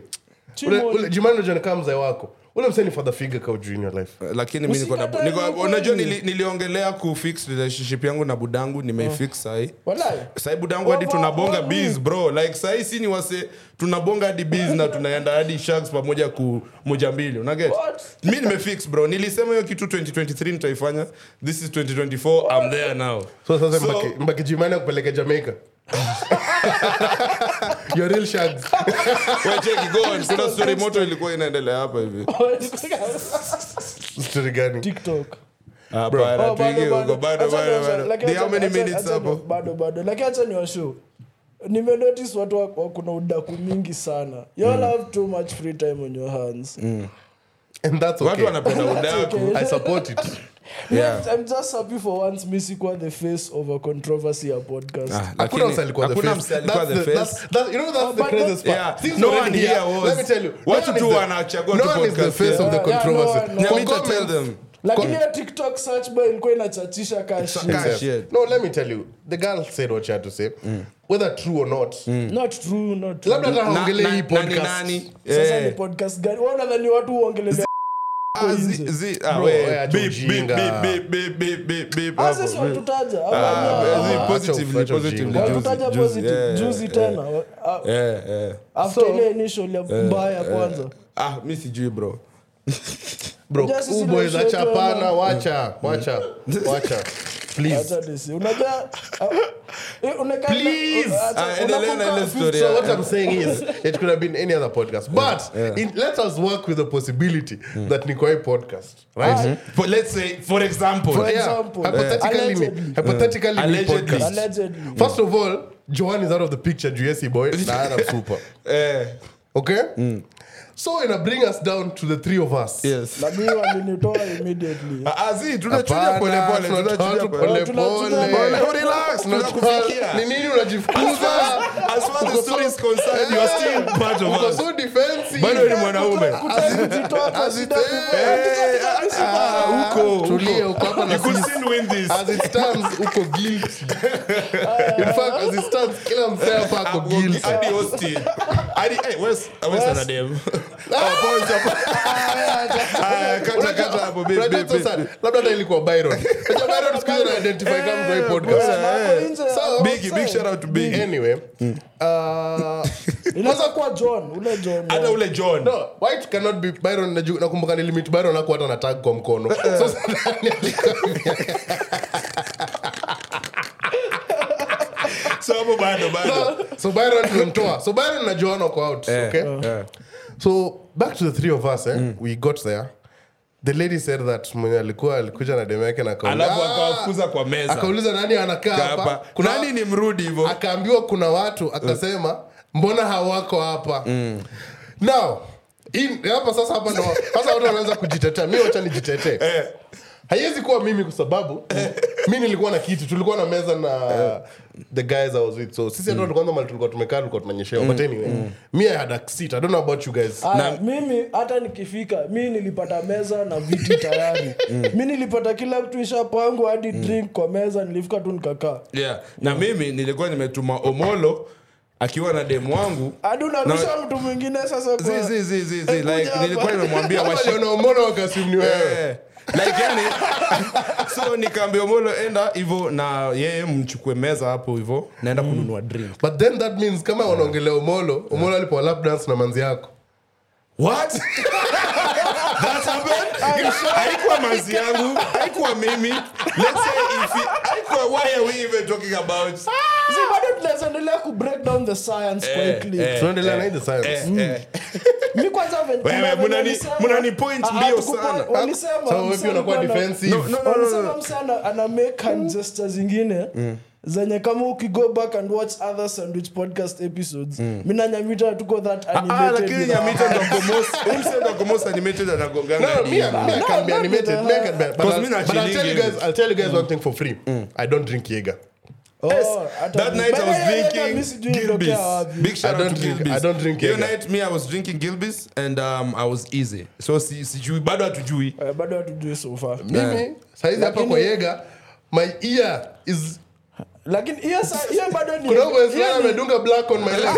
Speaker 4: Chimo-
Speaker 1: ule- jimani unajua nikaa mzee wako ule msee ni father figure ka ujui in your life
Speaker 2: lakini mi niko na-
Speaker 4: Usikatae
Speaker 2: niko-
Speaker 4: ukweli.
Speaker 2: unajua nili, niliongelea kufix relationship yangu na budangu
Speaker 4: Mm.
Speaker 2: nimeifix sai
Speaker 4: Walai.
Speaker 2: sai budangu hadi tunabonga
Speaker 4: Wapo-
Speaker 2: bis bro like sai si ni wase tunabonga hadi bis na tunaenda hadi shaks pamoja ku moja mbili unaget
Speaker 4: What?
Speaker 2: mi nimefix bro nilisema hiyo kitu 2023 nitaifanya this is 2024 i'm there now
Speaker 1: so sasa
Speaker 2: So-
Speaker 1: mbaki- mbaki jimani akupeleke jamaica Your real shags.
Speaker 2: Wewe cheki, go on. kuna story moto ilikuwa inaendelea hapa hivi
Speaker 4: Oh,
Speaker 1: Story gani?
Speaker 4: TikTok.
Speaker 2: hapana
Speaker 4: Oh,
Speaker 2: tuingie
Speaker 4: bado,
Speaker 2: huko
Speaker 4: bado.
Speaker 2: bado
Speaker 4: Acha
Speaker 2: bado
Speaker 4: niwasha-
Speaker 2: bado
Speaker 4: lakini
Speaker 2: the how
Speaker 4: acha-
Speaker 2: many
Speaker 4: acha-
Speaker 2: minutes
Speaker 4: acha ni-
Speaker 2: hapo
Speaker 4: bado, bado. Lakini acha niwashow nimenotice watu wako- wako na udaku mingi sana you
Speaker 2: Mm.
Speaker 4: all have too much free time on your hands
Speaker 1: And that's
Speaker 2: watu
Speaker 1: okay.
Speaker 2: wanapenda udaku
Speaker 1: I support it.
Speaker 2: Yeah.
Speaker 4: I'm just happy for once mi sikuwa the face of a controversy ya podcast
Speaker 2: Ah,
Speaker 1: Hakuna
Speaker 2: lakini-
Speaker 1: msee alikuwa the
Speaker 2: hakuna
Speaker 1: face.
Speaker 2: msee alikuwa
Speaker 1: That's
Speaker 2: the
Speaker 1: the-
Speaker 2: face.
Speaker 1: that's- that- you know, that's
Speaker 4: Oh,
Speaker 1: the
Speaker 4: but
Speaker 1: craziest
Speaker 4: what-
Speaker 1: part.
Speaker 2: Yeah.
Speaker 1: Things
Speaker 2: No
Speaker 1: were
Speaker 2: one
Speaker 1: in here.
Speaker 2: here was-
Speaker 1: Let me tell you, no
Speaker 2: Watu
Speaker 1: one
Speaker 2: tu
Speaker 1: is the-
Speaker 2: wanachagua
Speaker 1: no
Speaker 2: tu
Speaker 1: one is the
Speaker 2: podcast,
Speaker 1: face
Speaker 2: yeah.
Speaker 1: of the
Speaker 4: Yeah, yeah,
Speaker 1: controversy.
Speaker 4: no one- no
Speaker 1: For
Speaker 2: one. Let me tell
Speaker 1: comments-
Speaker 2: them.
Speaker 4: lakini hiyo tiktok search bar ilikuwa inachatisha kashi
Speaker 2: Cash.
Speaker 1: Yes.
Speaker 2: shit.
Speaker 1: No, let me tell you. The girl said what she had to say. Whether true or not.
Speaker 4: not true not true.
Speaker 1: Labda hata
Speaker 2: Mm. Na-
Speaker 1: haongelei
Speaker 2: na-
Speaker 1: hii
Speaker 2: nani-
Speaker 1: podcast.
Speaker 2: nani?
Speaker 4: sasa
Speaker 2: Eh.
Speaker 4: ni podcast gani Wewe unadhani watu huongelelea
Speaker 2: Ah, zi- zi- ah,
Speaker 1: Bro,
Speaker 2: we-
Speaker 1: wewe acha
Speaker 2: beep,
Speaker 1: ujinga.
Speaker 2: beep, beep, beep, beep, beep, beep,
Speaker 4: Ah,
Speaker 2: hapo.
Speaker 4: sisi watutaja
Speaker 2: Ah,
Speaker 4: Hapana.
Speaker 2: zi-
Speaker 1: acha
Speaker 2: positively,
Speaker 1: ujinga.
Speaker 2: positively,
Speaker 1: Watu
Speaker 2: juzi,
Speaker 4: watutaja
Speaker 2: juzi,
Speaker 4: positive
Speaker 2: yeah,
Speaker 4: juzi
Speaker 2: yeah,
Speaker 4: tena Ah,
Speaker 2: yeah, yeah.
Speaker 4: after
Speaker 1: So-
Speaker 4: ile initial ya
Speaker 2: eh,
Speaker 4: mbaya kwanza
Speaker 2: Ah, mi sijui bro
Speaker 1: Bro,
Speaker 4: Unajua sisi
Speaker 1: who boys,
Speaker 4: ndio
Speaker 1: acha
Speaker 4: shit wewe
Speaker 1: hapana,
Speaker 4: na-
Speaker 1: wacha, wacha, wacha. Please.
Speaker 4: Acha desi. unajua ah, eh, unakaa-
Speaker 1: Please.
Speaker 4: acha-
Speaker 2: Ah, endelea na
Speaker 4: unakumbuka-
Speaker 2: ile story
Speaker 1: So
Speaker 2: ya-
Speaker 1: what I'm saying is, Uh, it could have been any other podcast. But it- let us work with the possibility
Speaker 2: Mm.
Speaker 1: that Nikkoi podcast, right?
Speaker 2: For- let's say for example
Speaker 1: For- yeah,
Speaker 4: example.
Speaker 1: hypothetically, me-
Speaker 4: Allegedly.
Speaker 1: hypothetically me
Speaker 2: Allegedly.
Speaker 1: podcast.
Speaker 4: Allegedly.
Speaker 1: First of all, Johan is out of the picture, Jesse boy. Nah, I'm super.
Speaker 2: eh,
Speaker 1: Okay?
Speaker 2: Mm.
Speaker 1: So it'll bring us down to the three of us.
Speaker 2: yes
Speaker 4: Na mimi walinitoa immediately
Speaker 2: Ah, ah, zi, tunachuja
Speaker 1: Hapana,
Speaker 2: pole pole,
Speaker 1: tunataka
Speaker 2: tunachuja
Speaker 1: pole Oh,
Speaker 4: pole.
Speaker 2: pole.
Speaker 4: Tunachuja
Speaker 1: pole.
Speaker 2: pole, relax,
Speaker 1: Tunataka-
Speaker 2: tunakufikia.
Speaker 1: Ni nini unajifukuza?
Speaker 2: As far as the story is concerned, you are still part of
Speaker 1: Eh, Uko
Speaker 2: us.
Speaker 1: so defensive.
Speaker 2: Bado
Speaker 4: Eh,
Speaker 2: ni mwanaume. eh,
Speaker 4: Utajitoa kwa
Speaker 1: as it
Speaker 4: shida
Speaker 1: is.
Speaker 4: kubwa.
Speaker 2: Ah, huko, huko.
Speaker 1: Tulia, uko hapa na
Speaker 2: You could
Speaker 1: sisi.
Speaker 2: still win this.
Speaker 1: as it stands uko guilty in fact as it stands kila msee hapa ako
Speaker 2: Hapo,
Speaker 1: guilty
Speaker 2: hadi hosting. Hadi, eh, where's- where's Anadem? Ah, points hapa. Ah, kata, kata hapo, babe,
Speaker 1: Unajua
Speaker 2: babe,
Speaker 1: sasa,
Speaker 2: babe.
Speaker 1: labda hata ilikuwa byron Unajua byron siku hizi ana-identify kama mtu wa hii podcast
Speaker 4: Bwana, hapo
Speaker 2: eh.
Speaker 4: nje,
Speaker 1: So,
Speaker 2: Biggie, big shout out to Biggie.
Speaker 1: anyway uh,
Speaker 4: inaweza kuwa john ule john
Speaker 2: hata ule john
Speaker 1: no, why it cannot be byron naju- nakumbuka nilimit byron hakuwa hata na tag kwa mkono Sasa nani alikamia?
Speaker 2: so hapo bado bado
Speaker 1: so byron tumemtoa so byron na joan wako out okay so back to the three of us eh? we got there the lady said that mwenye alikuwa alikuja na demu yake na akaongea,
Speaker 2: alafu
Speaker 1: "Ah!"
Speaker 2: akawafukuza kwa meza
Speaker 1: akauliza nani anakaa hapa
Speaker 2: hapa
Speaker 1: kuna
Speaker 2: nani ni mrudi hivo
Speaker 1: akaambiwa kuna watu akasema mbona hawako hapa
Speaker 2: Mm.
Speaker 1: now in- hapa sasa hapa ndo sasa watu wanaanza kujitetea mi wacha nijitetee
Speaker 2: Eh.
Speaker 1: haiwezi kuwa mimi kwa sababu mi nilikuwa na kitu tulikuwa na meza na
Speaker 2: Eh.
Speaker 1: the guys I was with so sisi
Speaker 2: Mm.
Speaker 1: hatu kwanza mali tulikuwa tumekaa tulikuwa tunanyeshewa but anyway mi I had a seat I don't know about you guys
Speaker 2: Ah,
Speaker 4: Aya, mimi hata nikifika mi nilipata meza na viti tayari
Speaker 2: Mm.
Speaker 4: mi nilipata kila mtu ishapangwa hadi drink kwa meza nilifika tu nikakaa
Speaker 2: yeah. na mimi nilikuwa nimetuma omolo akiwa na demu wangu
Speaker 4: hadi unarusha
Speaker 2: Na-
Speaker 4: mtu mwingine sasa
Speaker 2: Zi,
Speaker 4: kwa-
Speaker 2: zi, zi, zi, zi,
Speaker 4: Eh, kuja
Speaker 2: like,
Speaker 4: hapa.
Speaker 2: nilikuwa nimemwambia
Speaker 1: Hapa
Speaker 2: washi-
Speaker 1: ndio naomona wakasum ni wewe
Speaker 2: Eh, like, yani, so nikaambia omolo enda hivo na yeye mchukue meza hapo hivo naenda kununua drink
Speaker 1: but then that means kama wanaongelea omolo omolo alipo lap dance na manzi yako
Speaker 2: What? That happened? haikuwa manzi yangu haikuwa mimi Let's say if it- haikuwa why are we even talking about
Speaker 4: Zi, bado tunaendelea ku break down the science
Speaker 2: Eh,
Speaker 4: quickly
Speaker 2: eh.
Speaker 1: tunaendelea na hii the science
Speaker 2: eh, eh.
Speaker 4: mi kwanza ven- kuna venye
Speaker 2: Wewe, munani-
Speaker 4: walisema-
Speaker 2: munani point
Speaker 4: Ah, ah,
Speaker 2: mbio
Speaker 4: tukupo-
Speaker 2: sana.
Speaker 4: walisema-
Speaker 1: Sasa wewe pia
Speaker 4: walisema
Speaker 1: unakuwa
Speaker 4: bwana-
Speaker 1: defensive.
Speaker 2: No, no, no, no,
Speaker 4: walisema
Speaker 2: no.
Speaker 4: msa ana- ana make hand gestures zingine
Speaker 2: Mm.
Speaker 4: zenye kama ukigo back and watch other sandwich podcast episodes mi na nyamita tuko that
Speaker 2: Mm. Ah,
Speaker 4: animated
Speaker 2: lakini
Speaker 4: with our-
Speaker 2: nyamita ndakomos umsenda komos animated anagonganga
Speaker 1: No, Mm. me, I, me, I
Speaker 4: No,
Speaker 1: can be
Speaker 4: no,
Speaker 1: animated.
Speaker 4: no, no.
Speaker 1: Me, I can be, but,
Speaker 2: Cause
Speaker 1: I'll,
Speaker 2: me na
Speaker 1: but I'll tell you
Speaker 2: shilingi.
Speaker 1: guys, I'll tell you guys one thing for free. I don't drink Jaeger.
Speaker 4: Oh, hata-
Speaker 2: That night
Speaker 4: By
Speaker 2: I
Speaker 4: the way, hata mi
Speaker 2: was
Speaker 4: sijui
Speaker 2: drinking
Speaker 4: ilitokea wapi.
Speaker 2: Gilbis. Big shout
Speaker 1: I
Speaker 2: out
Speaker 1: don't
Speaker 2: to
Speaker 1: drink-
Speaker 2: Gilbis.
Speaker 1: I don't drink
Speaker 2: Hiyo
Speaker 1: Jaeger.
Speaker 2: night me I was drinking Gilbis and um, I was easy. So si, sijui bado hatujui.
Speaker 4: Eh, bado hatujui so far
Speaker 1: Mimi saizi hapa kwa
Speaker 4: Lakini-
Speaker 1: Jaeger, my ear is
Speaker 4: lakini hiyo sa- hiyo bado ni-
Speaker 1: kuna boys
Speaker 4: hiyo
Speaker 1: fulani
Speaker 4: ni-
Speaker 1: amedunga black on my leg.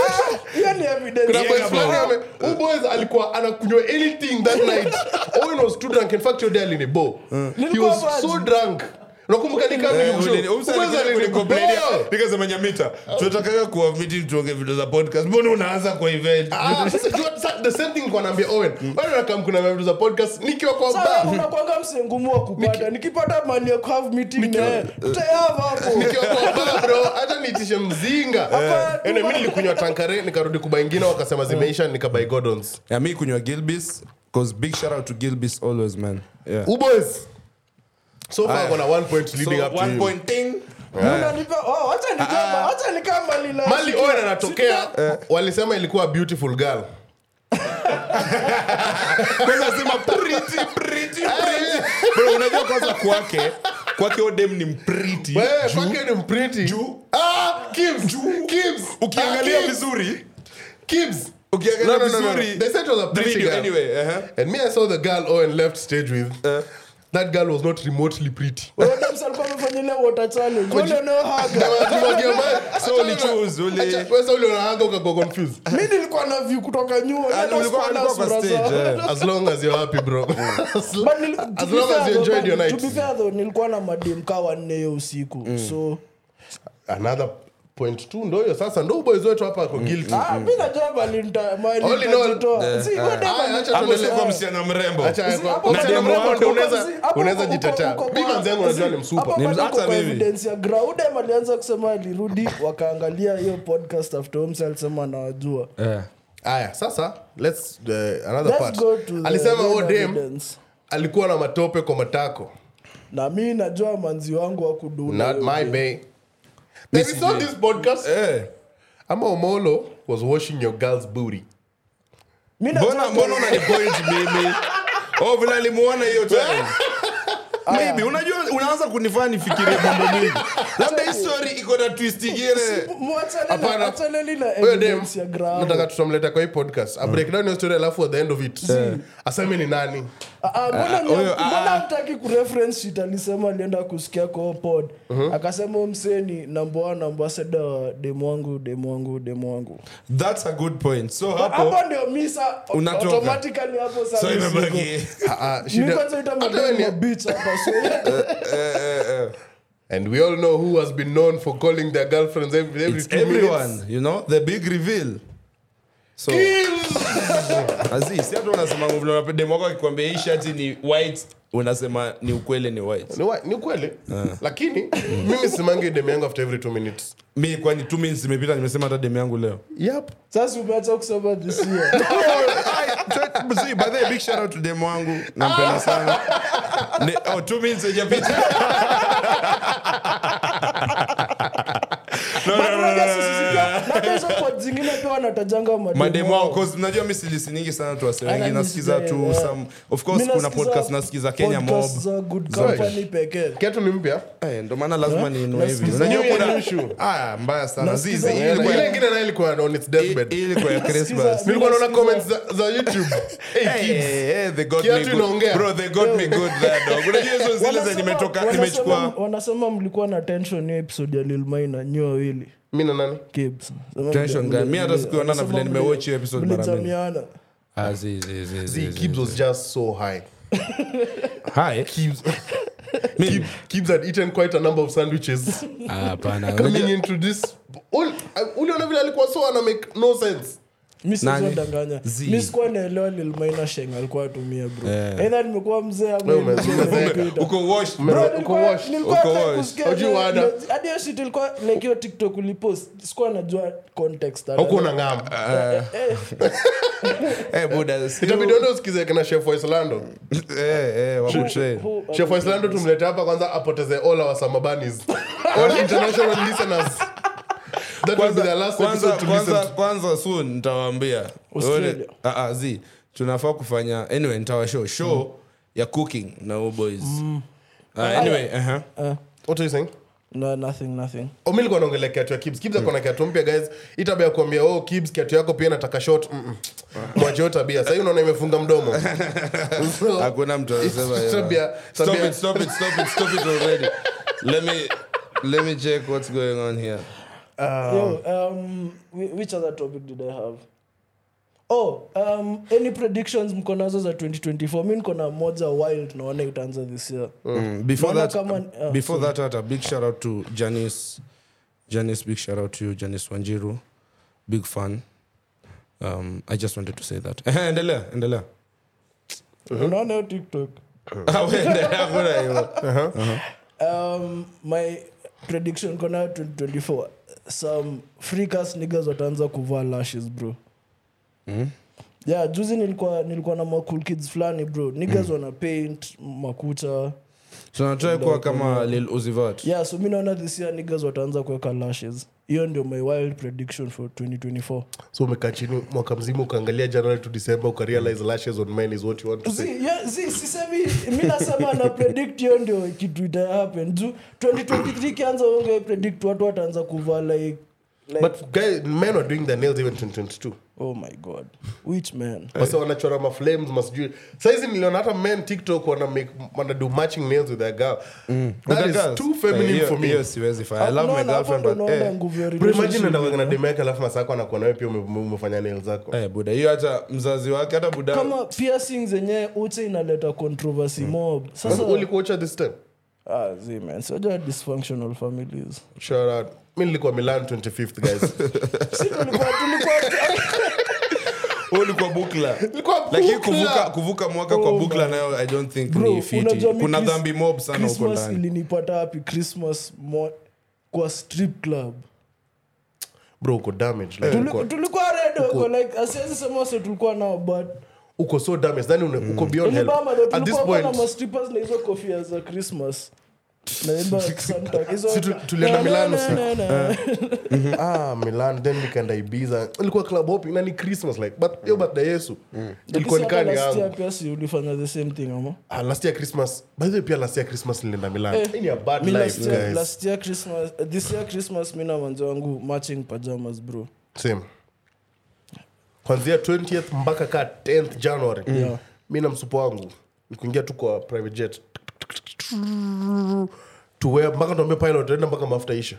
Speaker 4: hiyo ni
Speaker 1: Kuna
Speaker 4: evidence
Speaker 1: boys fulani ame- huyu boys alikuwa anakunywa anything that night. Owen was too drunk. In fact, your dad alinibo. He
Speaker 4: Nilikuwa
Speaker 1: was
Speaker 4: bad.
Speaker 1: so drunk. Unakumbuka nikaa
Speaker 2: Eh,
Speaker 1: nilikushow?
Speaker 2: ulini-
Speaker 1: Huyu
Speaker 2: umsa
Speaker 1: boys
Speaker 2: alikuja kunicomplainia.
Speaker 1: alinibo.
Speaker 2: Nikasema nyamita
Speaker 1: Oh.
Speaker 2: tunatakaga kuwa meeting tuonge video za podcast mbona unaanza kwa event
Speaker 1: Ah, sasa jua- sa- the same thing kwa naambia Owen. Owen anakam kuna vitu za podcast nikiwa kwa
Speaker 4: Sasa
Speaker 1: bar.
Speaker 4: unakuanga msee ngumu wa kupata nikipata mani ya kuhave meeting
Speaker 1: Eh.
Speaker 4: naye tutayava hapo
Speaker 1: Nikiwa kwa bar, bro. Hata niitishe mzinga
Speaker 4: Hapa-
Speaker 1: Eh. Anyway, mi nilikunywa tankare nikarudi kuba ingine wakasema zimeisha nikabai godons
Speaker 2: yeah, mi kunywa Gilbis cause big shout out to Gilbis always man yeah.
Speaker 1: uboys so far
Speaker 2: Aya.
Speaker 1: kona one point leading
Speaker 2: so
Speaker 1: up to
Speaker 2: one
Speaker 1: you.
Speaker 2: point thing
Speaker 4: Unanipa- oh, acha nikama- acha nikama lila-
Speaker 1: Ah, mali owen anatokea Eh. walisema ilikuwa beautiful girl
Speaker 2: kwanza sema pretty pretty pretty bro unajua kwanza kwake kwake odem ni mpriti
Speaker 1: Wewe, kwake ni mpriti
Speaker 2: Juu.
Speaker 1: Ah, Kims. Kims. Ah,
Speaker 2: ukiangalia
Speaker 1: Kims.
Speaker 2: vizuri
Speaker 1: Kims.
Speaker 2: ukiangalia
Speaker 1: No, no, no, no, no.
Speaker 2: vizuri
Speaker 1: They said it was a
Speaker 2: the
Speaker 1: pretty
Speaker 2: video,
Speaker 1: girl.
Speaker 2: anyway, uh-huh.
Speaker 1: and me i saw the girl owen left stage with that girl was not remotely pretty
Speaker 4: Wewe ndio msee alikuwa amefanya ile water challenge. Wewe ndio unaohaga.
Speaker 2: So ulichoose ule-
Speaker 1: uliuliuliuliuliuliuliuliuliuliuliuliuliuliuliuliuliuliuliuliuliuliuliuliuliuliuliuliuliuliuliuliuliuliuliuliuliuliuliuliuliuliuliuliuliuliuliuliuliuliuliwa na confused
Speaker 4: mi nilikuwa na view kutoka nyuma Yaani
Speaker 2: Ah, ulikuwa-
Speaker 4: sikuwa na
Speaker 2: ulikuwa kwa
Speaker 4: sura
Speaker 2: stage,
Speaker 4: zao.
Speaker 2: eh.
Speaker 1: as long as you're happy bro as, lo-
Speaker 4: But nil- to
Speaker 1: as
Speaker 4: be
Speaker 1: long
Speaker 4: fair
Speaker 1: as you
Speaker 4: though,
Speaker 1: enjoyed your
Speaker 4: but
Speaker 1: night Mm.
Speaker 4: to be fair though, nilikuwa na madem ka wanne hiyo usiku so
Speaker 1: another point tu ndo hiyo sasa ndo boys wetu hapa wako guilty
Speaker 4: Ah, mi najua mali nita- mali
Speaker 1: All in all,
Speaker 4: nitajitoa. Si, wewe dem
Speaker 1: Ah,
Speaker 4: ali-
Speaker 1: acha
Speaker 2: hapo
Speaker 1: tuendelee.
Speaker 2: sikuwa msichana mrembo
Speaker 1: Acha
Speaker 4: Si,
Speaker 1: yako.
Speaker 4: hapo
Speaker 1: Na
Speaker 4: bado
Speaker 1: demo
Speaker 4: uko-
Speaker 1: yako ndo
Speaker 4: uko-
Speaker 1: unaweza-
Speaker 4: si, hapo
Speaker 1: unaweza
Speaker 4: uko-
Speaker 1: jitetea
Speaker 4: uko- uko-
Speaker 1: mi manzi yangu unajua
Speaker 4: si,
Speaker 1: ni
Speaker 4: hapo
Speaker 1: msupa
Speaker 2: Ni
Speaker 4: bado
Speaker 2: msu-
Speaker 4: uko
Speaker 2: hata
Speaker 4: kwa
Speaker 2: mimi.
Speaker 4: evidence ya graude alianza kusema alirudi wakaangalia hiyo podcast after homes alisema anawajua
Speaker 2: Eh.
Speaker 1: aya sasa lets uh, another
Speaker 4: Let's
Speaker 1: part
Speaker 4: go to the
Speaker 1: alisema
Speaker 4: main
Speaker 1: oh dem
Speaker 4: evidence.
Speaker 1: alikuwa na matope kwa matako
Speaker 4: na mi najua manzi wangu wakuduna
Speaker 1: not my bay there is not this podcast
Speaker 2: Eh.
Speaker 1: ama omolo was washing your girl's booty
Speaker 2: mbona mbona una point mimi oh vile alimuona hiyo
Speaker 1: Eh?
Speaker 2: challenge maybe unajua unaanza kunifanya nifikirie mambo mingi labda hii story iko na twist ingine
Speaker 1: Hapana. huyo dem
Speaker 4: evidence ya graude.
Speaker 1: nataka tutamleta kwa hii podcast a breakdown hiyo story alafu at the end of it Eh. aseme ni nani
Speaker 4: Ah, ah, mbona ni-
Speaker 2: huyo, ah,
Speaker 4: mbona
Speaker 2: ah.
Speaker 4: hataki kureference shit alisema alienda kusikia kwa hiyo pod akasema huyo msee ni namba one ambassador wa demu wangu demu wangu demu wangu
Speaker 2: that's a good point so hapo
Speaker 4: hapo ndio misa
Speaker 2: Unatoka.
Speaker 4: automatically hapo sasa
Speaker 2: so
Speaker 4: nisigo.
Speaker 2: imebaki
Speaker 1: Ah, ah,
Speaker 4: Mimi
Speaker 1: shida-
Speaker 4: kwanza ita
Speaker 1: Hata wewe
Speaker 4: madem
Speaker 1: ni-
Speaker 4: wa bitch hapa so
Speaker 1: and we all know who has been known for calling their girlfriends every, every
Speaker 2: It's
Speaker 1: two minutes
Speaker 2: everyone you know the big reveal so aziz si hata unasema vile unapenda mwako akikwambia hii shati ni white unasema ni ukweli ni white
Speaker 1: ni, wa- ni kweli
Speaker 2: Eh.
Speaker 1: lakini mimi simangi demu yangu after every two minutes
Speaker 2: mi kwani two minutes imepita nimesema hata demu yangu leo
Speaker 1: yep.
Speaker 4: sasa umeacha kusema this year
Speaker 2: See, by the way, big shout out to demu wangu nampenda sana Ne- oh, two minutes haijapita. No, no, no, no, no, no, no, no.
Speaker 4: pod zingine pia wanatajanga mademu
Speaker 2: mademu
Speaker 4: wao.
Speaker 2: wao cause najua mi silisiningi sana tu wase wengi
Speaker 4: Ana
Speaker 2: nasikiza
Speaker 4: nisikia,
Speaker 2: tu
Speaker 4: yeah.
Speaker 2: some of course
Speaker 4: Mimi
Speaker 2: kuna
Speaker 4: nasikiza
Speaker 2: podcast nasikiza kenya mob
Speaker 4: podcast za good
Speaker 2: Zote.
Speaker 4: company pekee
Speaker 1: kiatu ni mpya
Speaker 2: Eh, ndo maana lazima niinue
Speaker 4: Nasikiza-
Speaker 2: hivi unajua
Speaker 1: New year,
Speaker 2: kuna
Speaker 1: new shoe.
Speaker 2: aya mbaya sana
Speaker 4: Nasikiza-
Speaker 2: zizi hii
Speaker 4: Yeah,
Speaker 2: ilikuwa
Speaker 1: ile
Speaker 2: ya-
Speaker 1: ingine nayo ilikuwa on its deathbed
Speaker 2: hii ilikuwa ya christmas
Speaker 4: Nasikiza-
Speaker 1: nilikuwa naona
Speaker 4: Nasikiza-
Speaker 1: comments za, za youtube hey,
Speaker 2: Hey,
Speaker 1: kids.
Speaker 2: hey, they got
Speaker 1: Kiatu
Speaker 2: me good.
Speaker 1: inaongea.
Speaker 2: Bro, they got me good there, dog. Unajua hizo zile
Speaker 4: Wanasema-
Speaker 2: zenye imetoka
Speaker 4: wanasema-
Speaker 2: imechukua
Speaker 4: wanasema mlikuwa na tension hiyo episode ya Lil Mine na nyoa wili
Speaker 1: mi na nani
Speaker 4: Gibbs.
Speaker 2: Tension
Speaker 4: Mli-
Speaker 2: gani? Mi hata
Speaker 4: mli-
Speaker 2: sikuiona na
Speaker 4: wanasema
Speaker 2: vile
Speaker 4: mli-
Speaker 2: nimewatch hiyo episode mara mingi.
Speaker 4: mlijamiana.
Speaker 2: Ah, zi, zi, zi, zi,
Speaker 1: See,
Speaker 2: zi,
Speaker 1: Gibbs
Speaker 2: zi.
Speaker 1: was just so high
Speaker 2: Hi.
Speaker 1: Gibbs,
Speaker 2: Mimi?
Speaker 1: Gibbs had eaten quite a number of sandwiches
Speaker 2: Ah, hapana.
Speaker 1: coming
Speaker 2: Unajua-
Speaker 1: uh, into this ul- uliona vile alikuwa so ana make no sense
Speaker 2: Nani?
Speaker 4: misdanganya
Speaker 2: Z.
Speaker 4: mi sikuwa naelewa nilmaina sheng alikuwa atumia bro
Speaker 2: Eh.
Speaker 4: eidha nimekuwa mzee ama
Speaker 1: Wewe ume-
Speaker 4: nimekuwa
Speaker 1: umezeeka.
Speaker 4: nimepita.
Speaker 2: uko washed,
Speaker 1: Ume-
Speaker 2: bro.
Speaker 4: Bro,
Speaker 1: uko
Speaker 4: nilikuwa-
Speaker 1: washed.
Speaker 4: nilikuwa
Speaker 2: Uko
Speaker 4: hata
Speaker 2: washed.
Speaker 4: kusikia
Speaker 1: Hujui
Speaker 4: hiyo-
Speaker 1: wada.
Speaker 4: hiyo- hadi hiyo shit ilikuwa like hiyo tiktok ulipost sikuwa najua context hata.
Speaker 1: huku na ng'ama
Speaker 2: Eh, buda, sio-
Speaker 1: itabidi ende usikize kina chef Waislando.
Speaker 2: Eh, eh, wako train.
Speaker 4: Who-
Speaker 1: chef Waislando tumlete hapa kwanza apoteze all our samabanis all international listeners that will be the last
Speaker 2: Kwanza-
Speaker 1: episode to listen
Speaker 2: kwanza-
Speaker 1: to.
Speaker 2: kwanza soon nitawaambia
Speaker 4: Australia.
Speaker 2: Wewe- ah, ah, zi tunafaa kufanya anyway nitawashow show ya cooking na all boys Ah, anyway aha.
Speaker 1: What are you saying?
Speaker 4: no nothing nothing
Speaker 1: Oh, mi nilikuwa naongelea kiatu ya kibs kibs akona kiatu mpya guys hii tabia ya kuambia oh kibs kiatu yako pia nataka short Mm-mm. mwache hiyo tabia sahii unaona imefunga mdomo So,
Speaker 2: hakuna mtu anasema
Speaker 1: it's
Speaker 2: hivyo.
Speaker 1: tabia-
Speaker 2: Stop
Speaker 1: tabia-
Speaker 2: it, stop it, stop it, stop it already. Let me- let me check what's going on here
Speaker 4: Yo, um, whi- which other topic did I have? Oh, um, any predictions mko nazo za 2024? Mi niko na moja wild naona itaanza this year.
Speaker 2: Mm, before
Speaker 4: Naona
Speaker 2: that,
Speaker 4: kama- ah,
Speaker 2: before that hata big shout out to janice janice big shout out to you janice wanjiru big fan um, i just wanted to say that Ehe, endelea endelea
Speaker 1: mhm.
Speaker 4: Unaona hiyo TikTok?
Speaker 2: Ah, we, endelea, kuna hiyo.
Speaker 4: Um, my prediction niko nayo 2024. Some freak ass niggas wataanza kuvaa lashes bro. Yeah, juzi nilikuwa nilikuwa na macool kids fulani bro. Niggas wana paint makucha.
Speaker 2: So natry kuwa kama lil uzivat
Speaker 4: Yeah, so mi naona this year niggas wataanza kuweka lashes. Hiyo ndio my wild prediction for 2024.
Speaker 1: so umekaa chini mwaka mzima ukaangalia january to december ukarealize lashes on men is what you want to say
Speaker 4: Zi- yeah, zi- sisemi mi nasema na predict hiyo ndio kitu ita happen juu 2023 ikianza unge predict watu wataanza kuvaa like, like
Speaker 1: but guys, men are doing their nails even 2022
Speaker 4: oh my god which man
Speaker 1: wase wanachora maflames masijui saizi niliona hata men tiktok wana make- wana do matching nails with their girl that
Speaker 2: Mm. With
Speaker 1: is
Speaker 2: the girls.
Speaker 1: too feminine
Speaker 2: Eh, hiyo-
Speaker 1: for me
Speaker 2: hiyo siwezi fanya. I
Speaker 4: Hapo
Speaker 2: love my
Speaker 4: unaona, Ah, hapo
Speaker 2: girlfriend,
Speaker 4: ndo
Speaker 2: but,
Speaker 4: unaona
Speaker 2: eh,
Speaker 4: nguvu ya
Speaker 1: Bro, imagine
Speaker 4: relationship.
Speaker 1: unaenda na demu yake alafu masako anakuwa nawe pia ume- umefanya nails zako
Speaker 2: eh, buda hiyo hata mzazi wake hata buda
Speaker 4: kama piercing zenye ute inaleta controversy mob
Speaker 1: Hmm.
Speaker 4: sasa
Speaker 1: ulikuocha this time
Speaker 4: ah, zi man sijua dysfunctional families
Speaker 1: Shout out. mi nilikuwa milan 25th guys
Speaker 4: si tulikuwa tulikuwa
Speaker 2: Huyu ulikuwa bukla
Speaker 1: Nilikuwa
Speaker 2: lakini
Speaker 1: bukla.
Speaker 2: kuvuka, kuvuka mwaka kwa bukla nayo i don't think ni fiti
Speaker 4: mi
Speaker 2: kuna
Speaker 4: Chris-
Speaker 2: dhambi mob sana huko
Speaker 4: Christmas
Speaker 2: ndani
Speaker 4: ilinipata wapi christmas mo- kwa strip club
Speaker 1: Eh, bro uko damage like,
Speaker 4: Tuli-
Speaker 1: uko,
Speaker 4: tulikuwa redo huko like asiwezi sema se tulikuwa nao but
Speaker 1: uko so damage Yaani una- uko
Speaker 2: Mm.
Speaker 1: beyond help
Speaker 4: ilibamba though,
Speaker 1: at this
Speaker 4: tulikuwa
Speaker 1: point
Speaker 4: na mastrippers na hizo kofia za christmas naimba sometime hizo
Speaker 1: Si tu- tulienda
Speaker 4: Na-
Speaker 1: Milano Eh,
Speaker 4: na-
Speaker 1: siku.
Speaker 4: na- na-
Speaker 1: ah milan then nikaenda ibiza ilikuwa club hopping na ni christmas like but hiyo birthday yesu ilikuwa
Speaker 4: Lakini hata
Speaker 1: nikani
Speaker 4: last year
Speaker 1: yangu
Speaker 4: pia si ulifanya the same thing ama
Speaker 1: ah, last year christmas by the way pia last year christmas nilienda milan
Speaker 4: Eh,
Speaker 1: Hii ni a bad
Speaker 4: mi last
Speaker 1: life
Speaker 4: year-
Speaker 1: guys
Speaker 4: last year christmas uh, this year christmas mi na manzi wangu matching pajamas bro
Speaker 1: same kwanzia 20th mpaka ka 10th january
Speaker 4: Yeah.
Speaker 1: mi na msupo wangu nikuingia tu kwa private jet tuwe mpaka tuambie pilot tuenda mpaka mafuta isha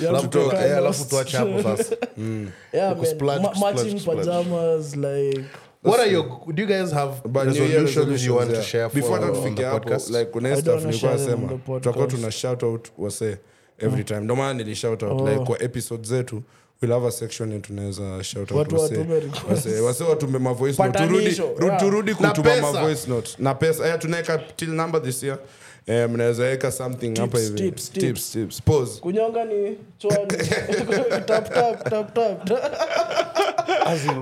Speaker 4: Ya
Speaker 1: Alafu tu-
Speaker 4: kutoka
Speaker 1: eh, alafu
Speaker 4: Lost.
Speaker 1: tuache hapo sasa
Speaker 4: Yeah,
Speaker 1: Kuku
Speaker 4: man.
Speaker 1: splash,
Speaker 4: Ma-
Speaker 1: splash,
Speaker 4: matching
Speaker 1: splash.
Speaker 4: pajamas like
Speaker 1: what are your do you guys have
Speaker 2: But New Year
Speaker 1: resolutions you want to
Speaker 2: yeah.
Speaker 1: share for
Speaker 2: Before hata
Speaker 1: on
Speaker 2: tufike
Speaker 1: the
Speaker 2: hapo,
Speaker 1: podcast
Speaker 2: like, kuna
Speaker 4: I
Speaker 2: hii
Speaker 4: don't
Speaker 2: stuff
Speaker 4: wanna
Speaker 2: nilikuwa
Speaker 4: share them on
Speaker 2: nasema,
Speaker 4: the podcast. Mm.
Speaker 2: tutakuwa tuna shout out wasee every time ndio maana nili shout out
Speaker 4: Oh.
Speaker 2: like kwa episode zetu we'll have a section and tunaweza shout out
Speaker 4: Watu
Speaker 2: wasee.
Speaker 4: watume request.
Speaker 2: Wasee- wasee watume ma voice note turudi
Speaker 4: Patanisho,
Speaker 2: ru-
Speaker 4: yeah.
Speaker 2: turudi
Speaker 1: Na
Speaker 2: kutuma ma
Speaker 1: pesa.
Speaker 2: voice note na pesa eh tunaweka till number this year eh mnaweza weka something hapa hivi
Speaker 4: tips, tips.
Speaker 2: tips tips pause
Speaker 4: kunyonga ni chwani tap tap tap tap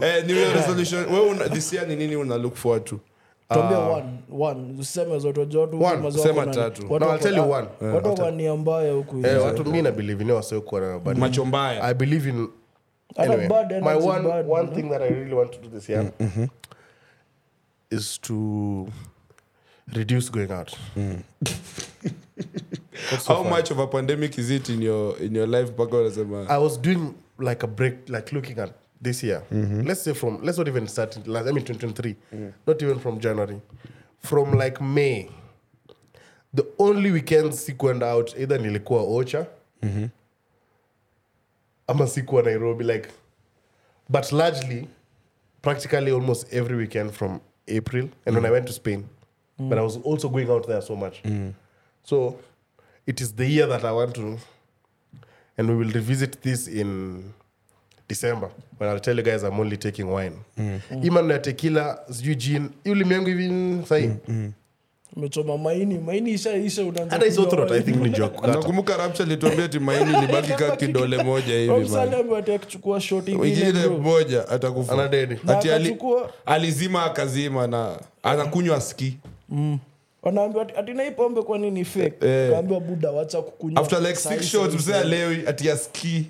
Speaker 2: eh new year resolution wewe una- this year ni nini una look forward to
Speaker 4: tuambie one one useme zote wajua watu
Speaker 1: Ah. One,
Speaker 4: kama zao
Speaker 2: sema
Speaker 4: wako na-
Speaker 2: tatu.
Speaker 4: watu
Speaker 1: No, I'll
Speaker 4: wako-
Speaker 1: tell you
Speaker 4: ah,
Speaker 1: one. Yeah,
Speaker 4: watu kwa nia mbaya huku
Speaker 1: eh
Speaker 4: nje.
Speaker 1: watu mi na believe in wasiokuwa na bad
Speaker 2: macho mbaya
Speaker 1: i believe in
Speaker 4: Hata
Speaker 1: anyway,
Speaker 4: bad energy,
Speaker 1: my one
Speaker 4: bad,
Speaker 1: one
Speaker 4: no?
Speaker 1: thing that I really want to do this year is to reduce going out. That's so
Speaker 2: how
Speaker 1: far.
Speaker 2: much of a pandemic is it in your in your life mpaka unasema
Speaker 1: I was doing like a break, like looking at this year. Let's say from let's not even start. in Last, I mean, twenty not even from January, from like May. The only weekends sequenced out either nilikuwa Ocha, ama sikuwa Nairobi, like, but largely, practically almost every weekend from April, and when I went to Spain, but I was also going out there so much. So, it is the year that I want to and we will revisit this in december when i'll tell you guys i'm only taking wine iman ya tekila sijui jin ulimiangu hivi sahii
Speaker 4: umechoma maini maini ishaisha
Speaker 1: hata isotrot i think ni jua kukata
Speaker 2: nakumbuka rapcha lituambia timaini libaki kaa kidole moja hivi man.
Speaker 4: unaanzaambatia kuchukua shot ingine
Speaker 2: wengine
Speaker 4: bro.
Speaker 2: moja atakufa
Speaker 1: Anadedi.
Speaker 4: Na
Speaker 2: Ati ali-
Speaker 4: akachukua-
Speaker 2: alizima akazima na anakunywa ski
Speaker 4: wanaambiwa ati- ati na hii pombe kwani ni fake
Speaker 2: Eh.
Speaker 4: kaambiwa buda wacha kukunywa
Speaker 2: after like
Speaker 4: Sahi,
Speaker 2: six shots
Speaker 4: sahi,
Speaker 2: mzee alewi ati ya ski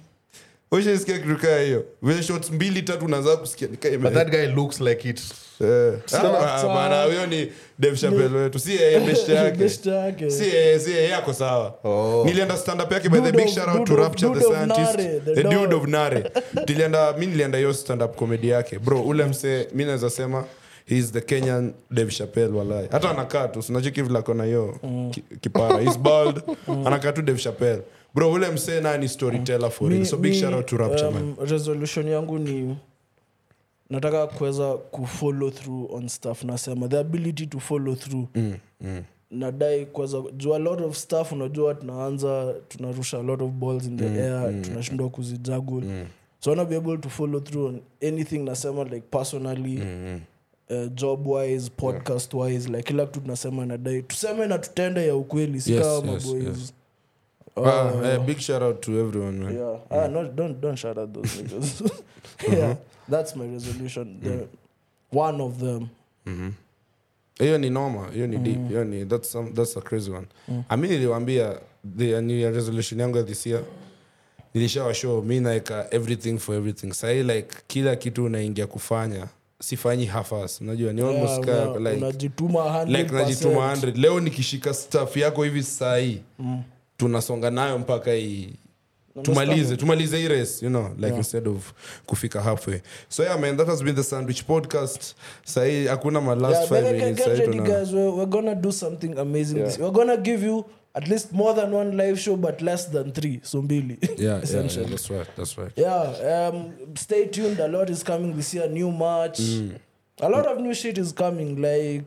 Speaker 2: ushaisikia kitu kaa hiyo vile shots mbili tatu unaanza kusikia ni kaa ime-
Speaker 1: but that guy looks like it
Speaker 2: Eh. Ah,
Speaker 4: sawa.
Speaker 2: bana, huyo ni Dave Chappelle wetu si yeye best yake
Speaker 4: Best yake.
Speaker 2: si yeye si yeye yako sawa
Speaker 1: Oh.
Speaker 2: nilienda stand up yake by the
Speaker 4: Dude
Speaker 2: big
Speaker 4: of-
Speaker 2: shout out
Speaker 4: dude
Speaker 2: to
Speaker 4: of-
Speaker 2: Rapture the
Speaker 4: dude of
Speaker 2: scientist
Speaker 4: Nare, the
Speaker 2: the dude
Speaker 4: dog.
Speaker 2: of Nare nilienda mimi nilienda hiyo stand up comedy yake bro ule mse mimi naweza sema he is the Kenyan Dave Chappelle walai hata anakaa tu sinachiki vile kona hiyo
Speaker 4: Mm.
Speaker 2: ki- kipara he's bald anakaa tu Dave Chappelle bro ule mse naye ni storyteller for real
Speaker 4: Mi-
Speaker 2: so big
Speaker 4: mi,
Speaker 2: shout out to Rapture man
Speaker 4: um, resolution yangu ni nataka kuweza kufollow through on stuff nasema the ability to follow through mm, mm. nadai kuweza juu a lot of stuff unajua tunaanza tunarusha a lot of balls in the mm, air mm, tunashindwa kuzijagul mm. so wanna be able to follow through on anything nasema like personally mm, Uh, job wise podcast yeah. wise like kila kitu tunasema nadai tuseme na tutende ya ukweli sikawa
Speaker 2: yes,
Speaker 4: maboys
Speaker 2: yes. Ah,
Speaker 4: oh,
Speaker 2: eh, big shout out to everyone man
Speaker 4: yeah. Ah, no, don't don't shout out those niggas. yeah, that's my resolution. The, one of them.
Speaker 2: hiyo ni noma hiyo ni
Speaker 4: Mm.
Speaker 2: deep hiyo ni that's, some, that's a crazy one ami niliwambia the new year resolution yangu ya this year nilishawashow mi naeka everything for everything sahii like kila kitu unaingia kufanya sifanyi hafas unajua ni almost
Speaker 4: Yeah,
Speaker 2: kaa
Speaker 4: una-
Speaker 2: like
Speaker 4: unajituma 100%.
Speaker 2: like najituma 100 leo nikishika staff yako hivi sahii tunasonga nayo mpaka hii tumalize tumalize hii race you know like instead of kufika halfway so yeah man that has been the sandwich podcast sahii hakuna my last
Speaker 4: Yeah,
Speaker 2: five
Speaker 4: but I can
Speaker 2: minutes
Speaker 4: get
Speaker 2: sahii
Speaker 4: ready,
Speaker 2: tuna-
Speaker 4: guys. We're, we're gonna do something amazing. This, we're gonna give you at least more than one live show, but less than three. So mbili.
Speaker 2: yeah, yeah, yeah,
Speaker 4: essentially.
Speaker 2: that's right, that's right.
Speaker 4: Yeah, um, stay tuned. A lot is coming this year. New March.
Speaker 2: Mm.
Speaker 4: A lot of new shit is coming. Like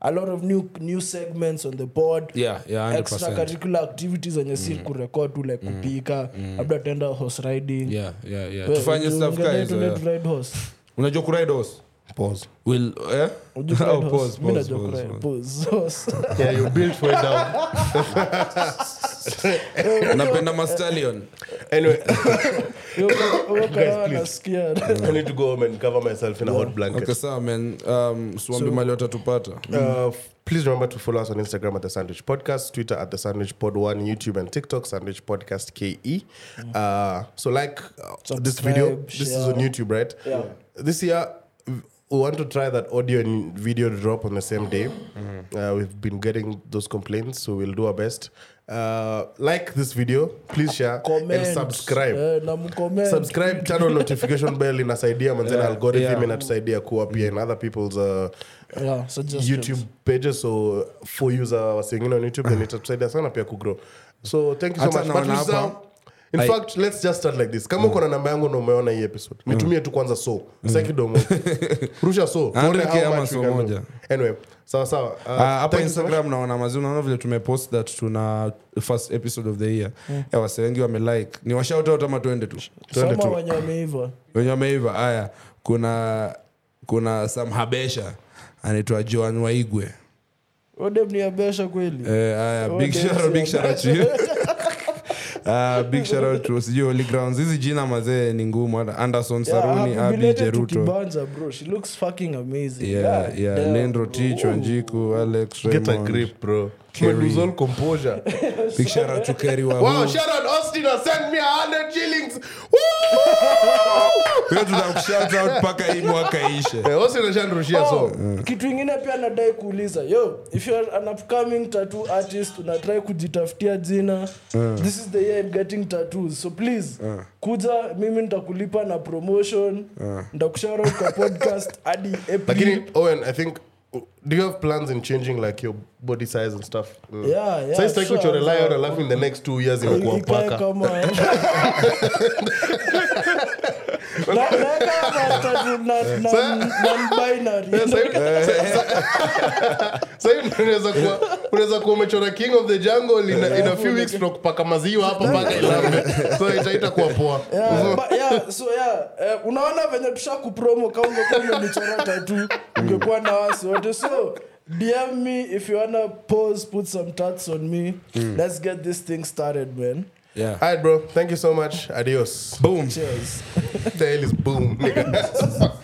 Speaker 4: a lot of new new segments on the board.
Speaker 2: Yeah, yeah, 100%.
Speaker 4: extra curricular activities zenye si kurekod tu like kupika labda tenda horse riding
Speaker 2: Yeah, yeah, yeah.
Speaker 4: We-
Speaker 2: Tufanye
Speaker 4: ungene-
Speaker 2: stuff ka hizo,
Speaker 4: tuende
Speaker 2: yeah.
Speaker 4: tu ride horse.
Speaker 2: unajua kuride horse? Will- eh?
Speaker 4: Unajua ku
Speaker 2: Oh,
Speaker 4: ride horse?
Speaker 2: pause,
Speaker 4: Mi
Speaker 2: pause,
Speaker 4: najua ku
Speaker 2: pause,
Speaker 4: ride- pause,
Speaker 2: pause.
Speaker 4: horse.
Speaker 1: yeah you built way down
Speaker 2: napenda mastallion
Speaker 1: anyway
Speaker 4: Yo, yo, kahawa
Speaker 1: please.
Speaker 4: nasikia.
Speaker 1: i need to go home and cover myself in a hot blanket
Speaker 2: okay sawa man um, siwambi mali watatupata
Speaker 1: Uh, f- please remember to follow us on Instagram at the Sandwich Podcast, Twitter at the Sandwich Pod One, YouTube and TikTok Sandwich Podcast KE. Uh, so like uh, this video,
Speaker 4: Subscribe,
Speaker 1: this is
Speaker 4: share.
Speaker 1: on YouTube, right?
Speaker 4: Yeah.
Speaker 1: This year. w- We want to try that audio and video drop on the same day.
Speaker 2: Mm-hmm.
Speaker 1: Uh, we've been getting those complaints, so we'll do our best. Uh, like this video, please share and
Speaker 4: Comment.
Speaker 1: subscribe
Speaker 4: Eh, na mcomment.
Speaker 1: subscribe channel notification bell inasaidia manzena
Speaker 2: Yeah,
Speaker 1: algorithm
Speaker 2: yeah.
Speaker 1: inatusaidia kuwa pia in other people's uh,
Speaker 4: Yeah, suggestions.
Speaker 1: youtube pages so for user wasi wengine on youtube then itatusaidia sana pia kugrow so thank you so
Speaker 2: Hata
Speaker 1: much But
Speaker 2: naona hapa,
Speaker 1: Lisa, in
Speaker 2: I- Mm.
Speaker 1: fact let's just start like this kama uko na namba yangu na umeona hii episode nitumie tu kwanza so sakidomo rusha so tuone
Speaker 2: 100K
Speaker 1: how
Speaker 2: ama
Speaker 1: much
Speaker 2: so
Speaker 1: we can
Speaker 2: moja.
Speaker 1: do. anyway sawa sawa Uh,
Speaker 2: Ah, hapa
Speaker 1: thank you so much.
Speaker 2: instagram naona mazi unaona vile tumepost that tuna first episode of the year yeah. wase wengi wamelike ni washautout ama tuende tu
Speaker 1: tuende
Speaker 4: Soma
Speaker 1: tu.
Speaker 4: wenye wameiva.
Speaker 2: wenye wameiva haya kuna kuna sam habesha anaitwa joan waigwe
Speaker 4: Wewe dem ni yabesha kweli
Speaker 2: Eh, haya,
Speaker 4: Oh,
Speaker 2: big
Speaker 4: damn,
Speaker 2: shout out, big
Speaker 4: si
Speaker 2: shout out to you. Ah, big shout out to sijui Holy Grounds. hizi jina mazee ni ngumu hata anderson
Speaker 4: Yeah,
Speaker 2: saruni
Speaker 4: happy
Speaker 2: abi
Speaker 4: belated to
Speaker 2: jeruto
Speaker 4: Kibanza, bro. She looks fucking amazing.
Speaker 2: Yeah,
Speaker 4: God
Speaker 2: yeah.
Speaker 4: damn,
Speaker 2: lendro
Speaker 4: bro.
Speaker 2: tich wanjiku alex
Speaker 1: get a
Speaker 2: Raymond.
Speaker 1: grip bro
Speaker 2: Kerry.
Speaker 1: Lose all composure
Speaker 2: big shout out to Kerry Wahu.
Speaker 1: wow shout out austin has sent me 100 shillings
Speaker 2: Wewe tunakushout out mpaka hii mwaka iishe
Speaker 1: Eh, Austin ashanurushia
Speaker 4: Oh,
Speaker 1: so
Speaker 4: kitu ingine pia nadai kuuliza yo if you are an upcoming tattoo artist unatrai kujitafutia jina this is the year I'm getting tattoos so please kuja mimi nitakulipa na promotion nitakusharout kwa podcast hadi April.
Speaker 1: lakini owen i think do you have plans in changing like your body size and stuff Mm.
Speaker 4: Yeah, yeah,
Speaker 1: Size take
Speaker 4: sure,
Speaker 1: kuchora
Speaker 4: sure.
Speaker 1: lion alafu in the next two years imekuwa
Speaker 4: Ikae
Speaker 1: paka
Speaker 4: kama Na- naeka matatu na- na- non-binary.
Speaker 1: unaweza kuwa unaweza kuwa umechora king of the jungle in, a- in a few weeks na kupaka maziwa hapa mpaka ilambe so itaita kuwa poa
Speaker 4: Yeah, Uh, but yeah, so yeah, eh, unaona venye tusha kupromo ka ungekuwa umenichora tatu ungekuwa na wasi wote so dm me if you wanna pose put some tats on me let's get this thing started man
Speaker 2: yeah.
Speaker 1: Alright, bro thank you so much adios
Speaker 2: boom
Speaker 4: cheers
Speaker 1: the hell is boom nigga.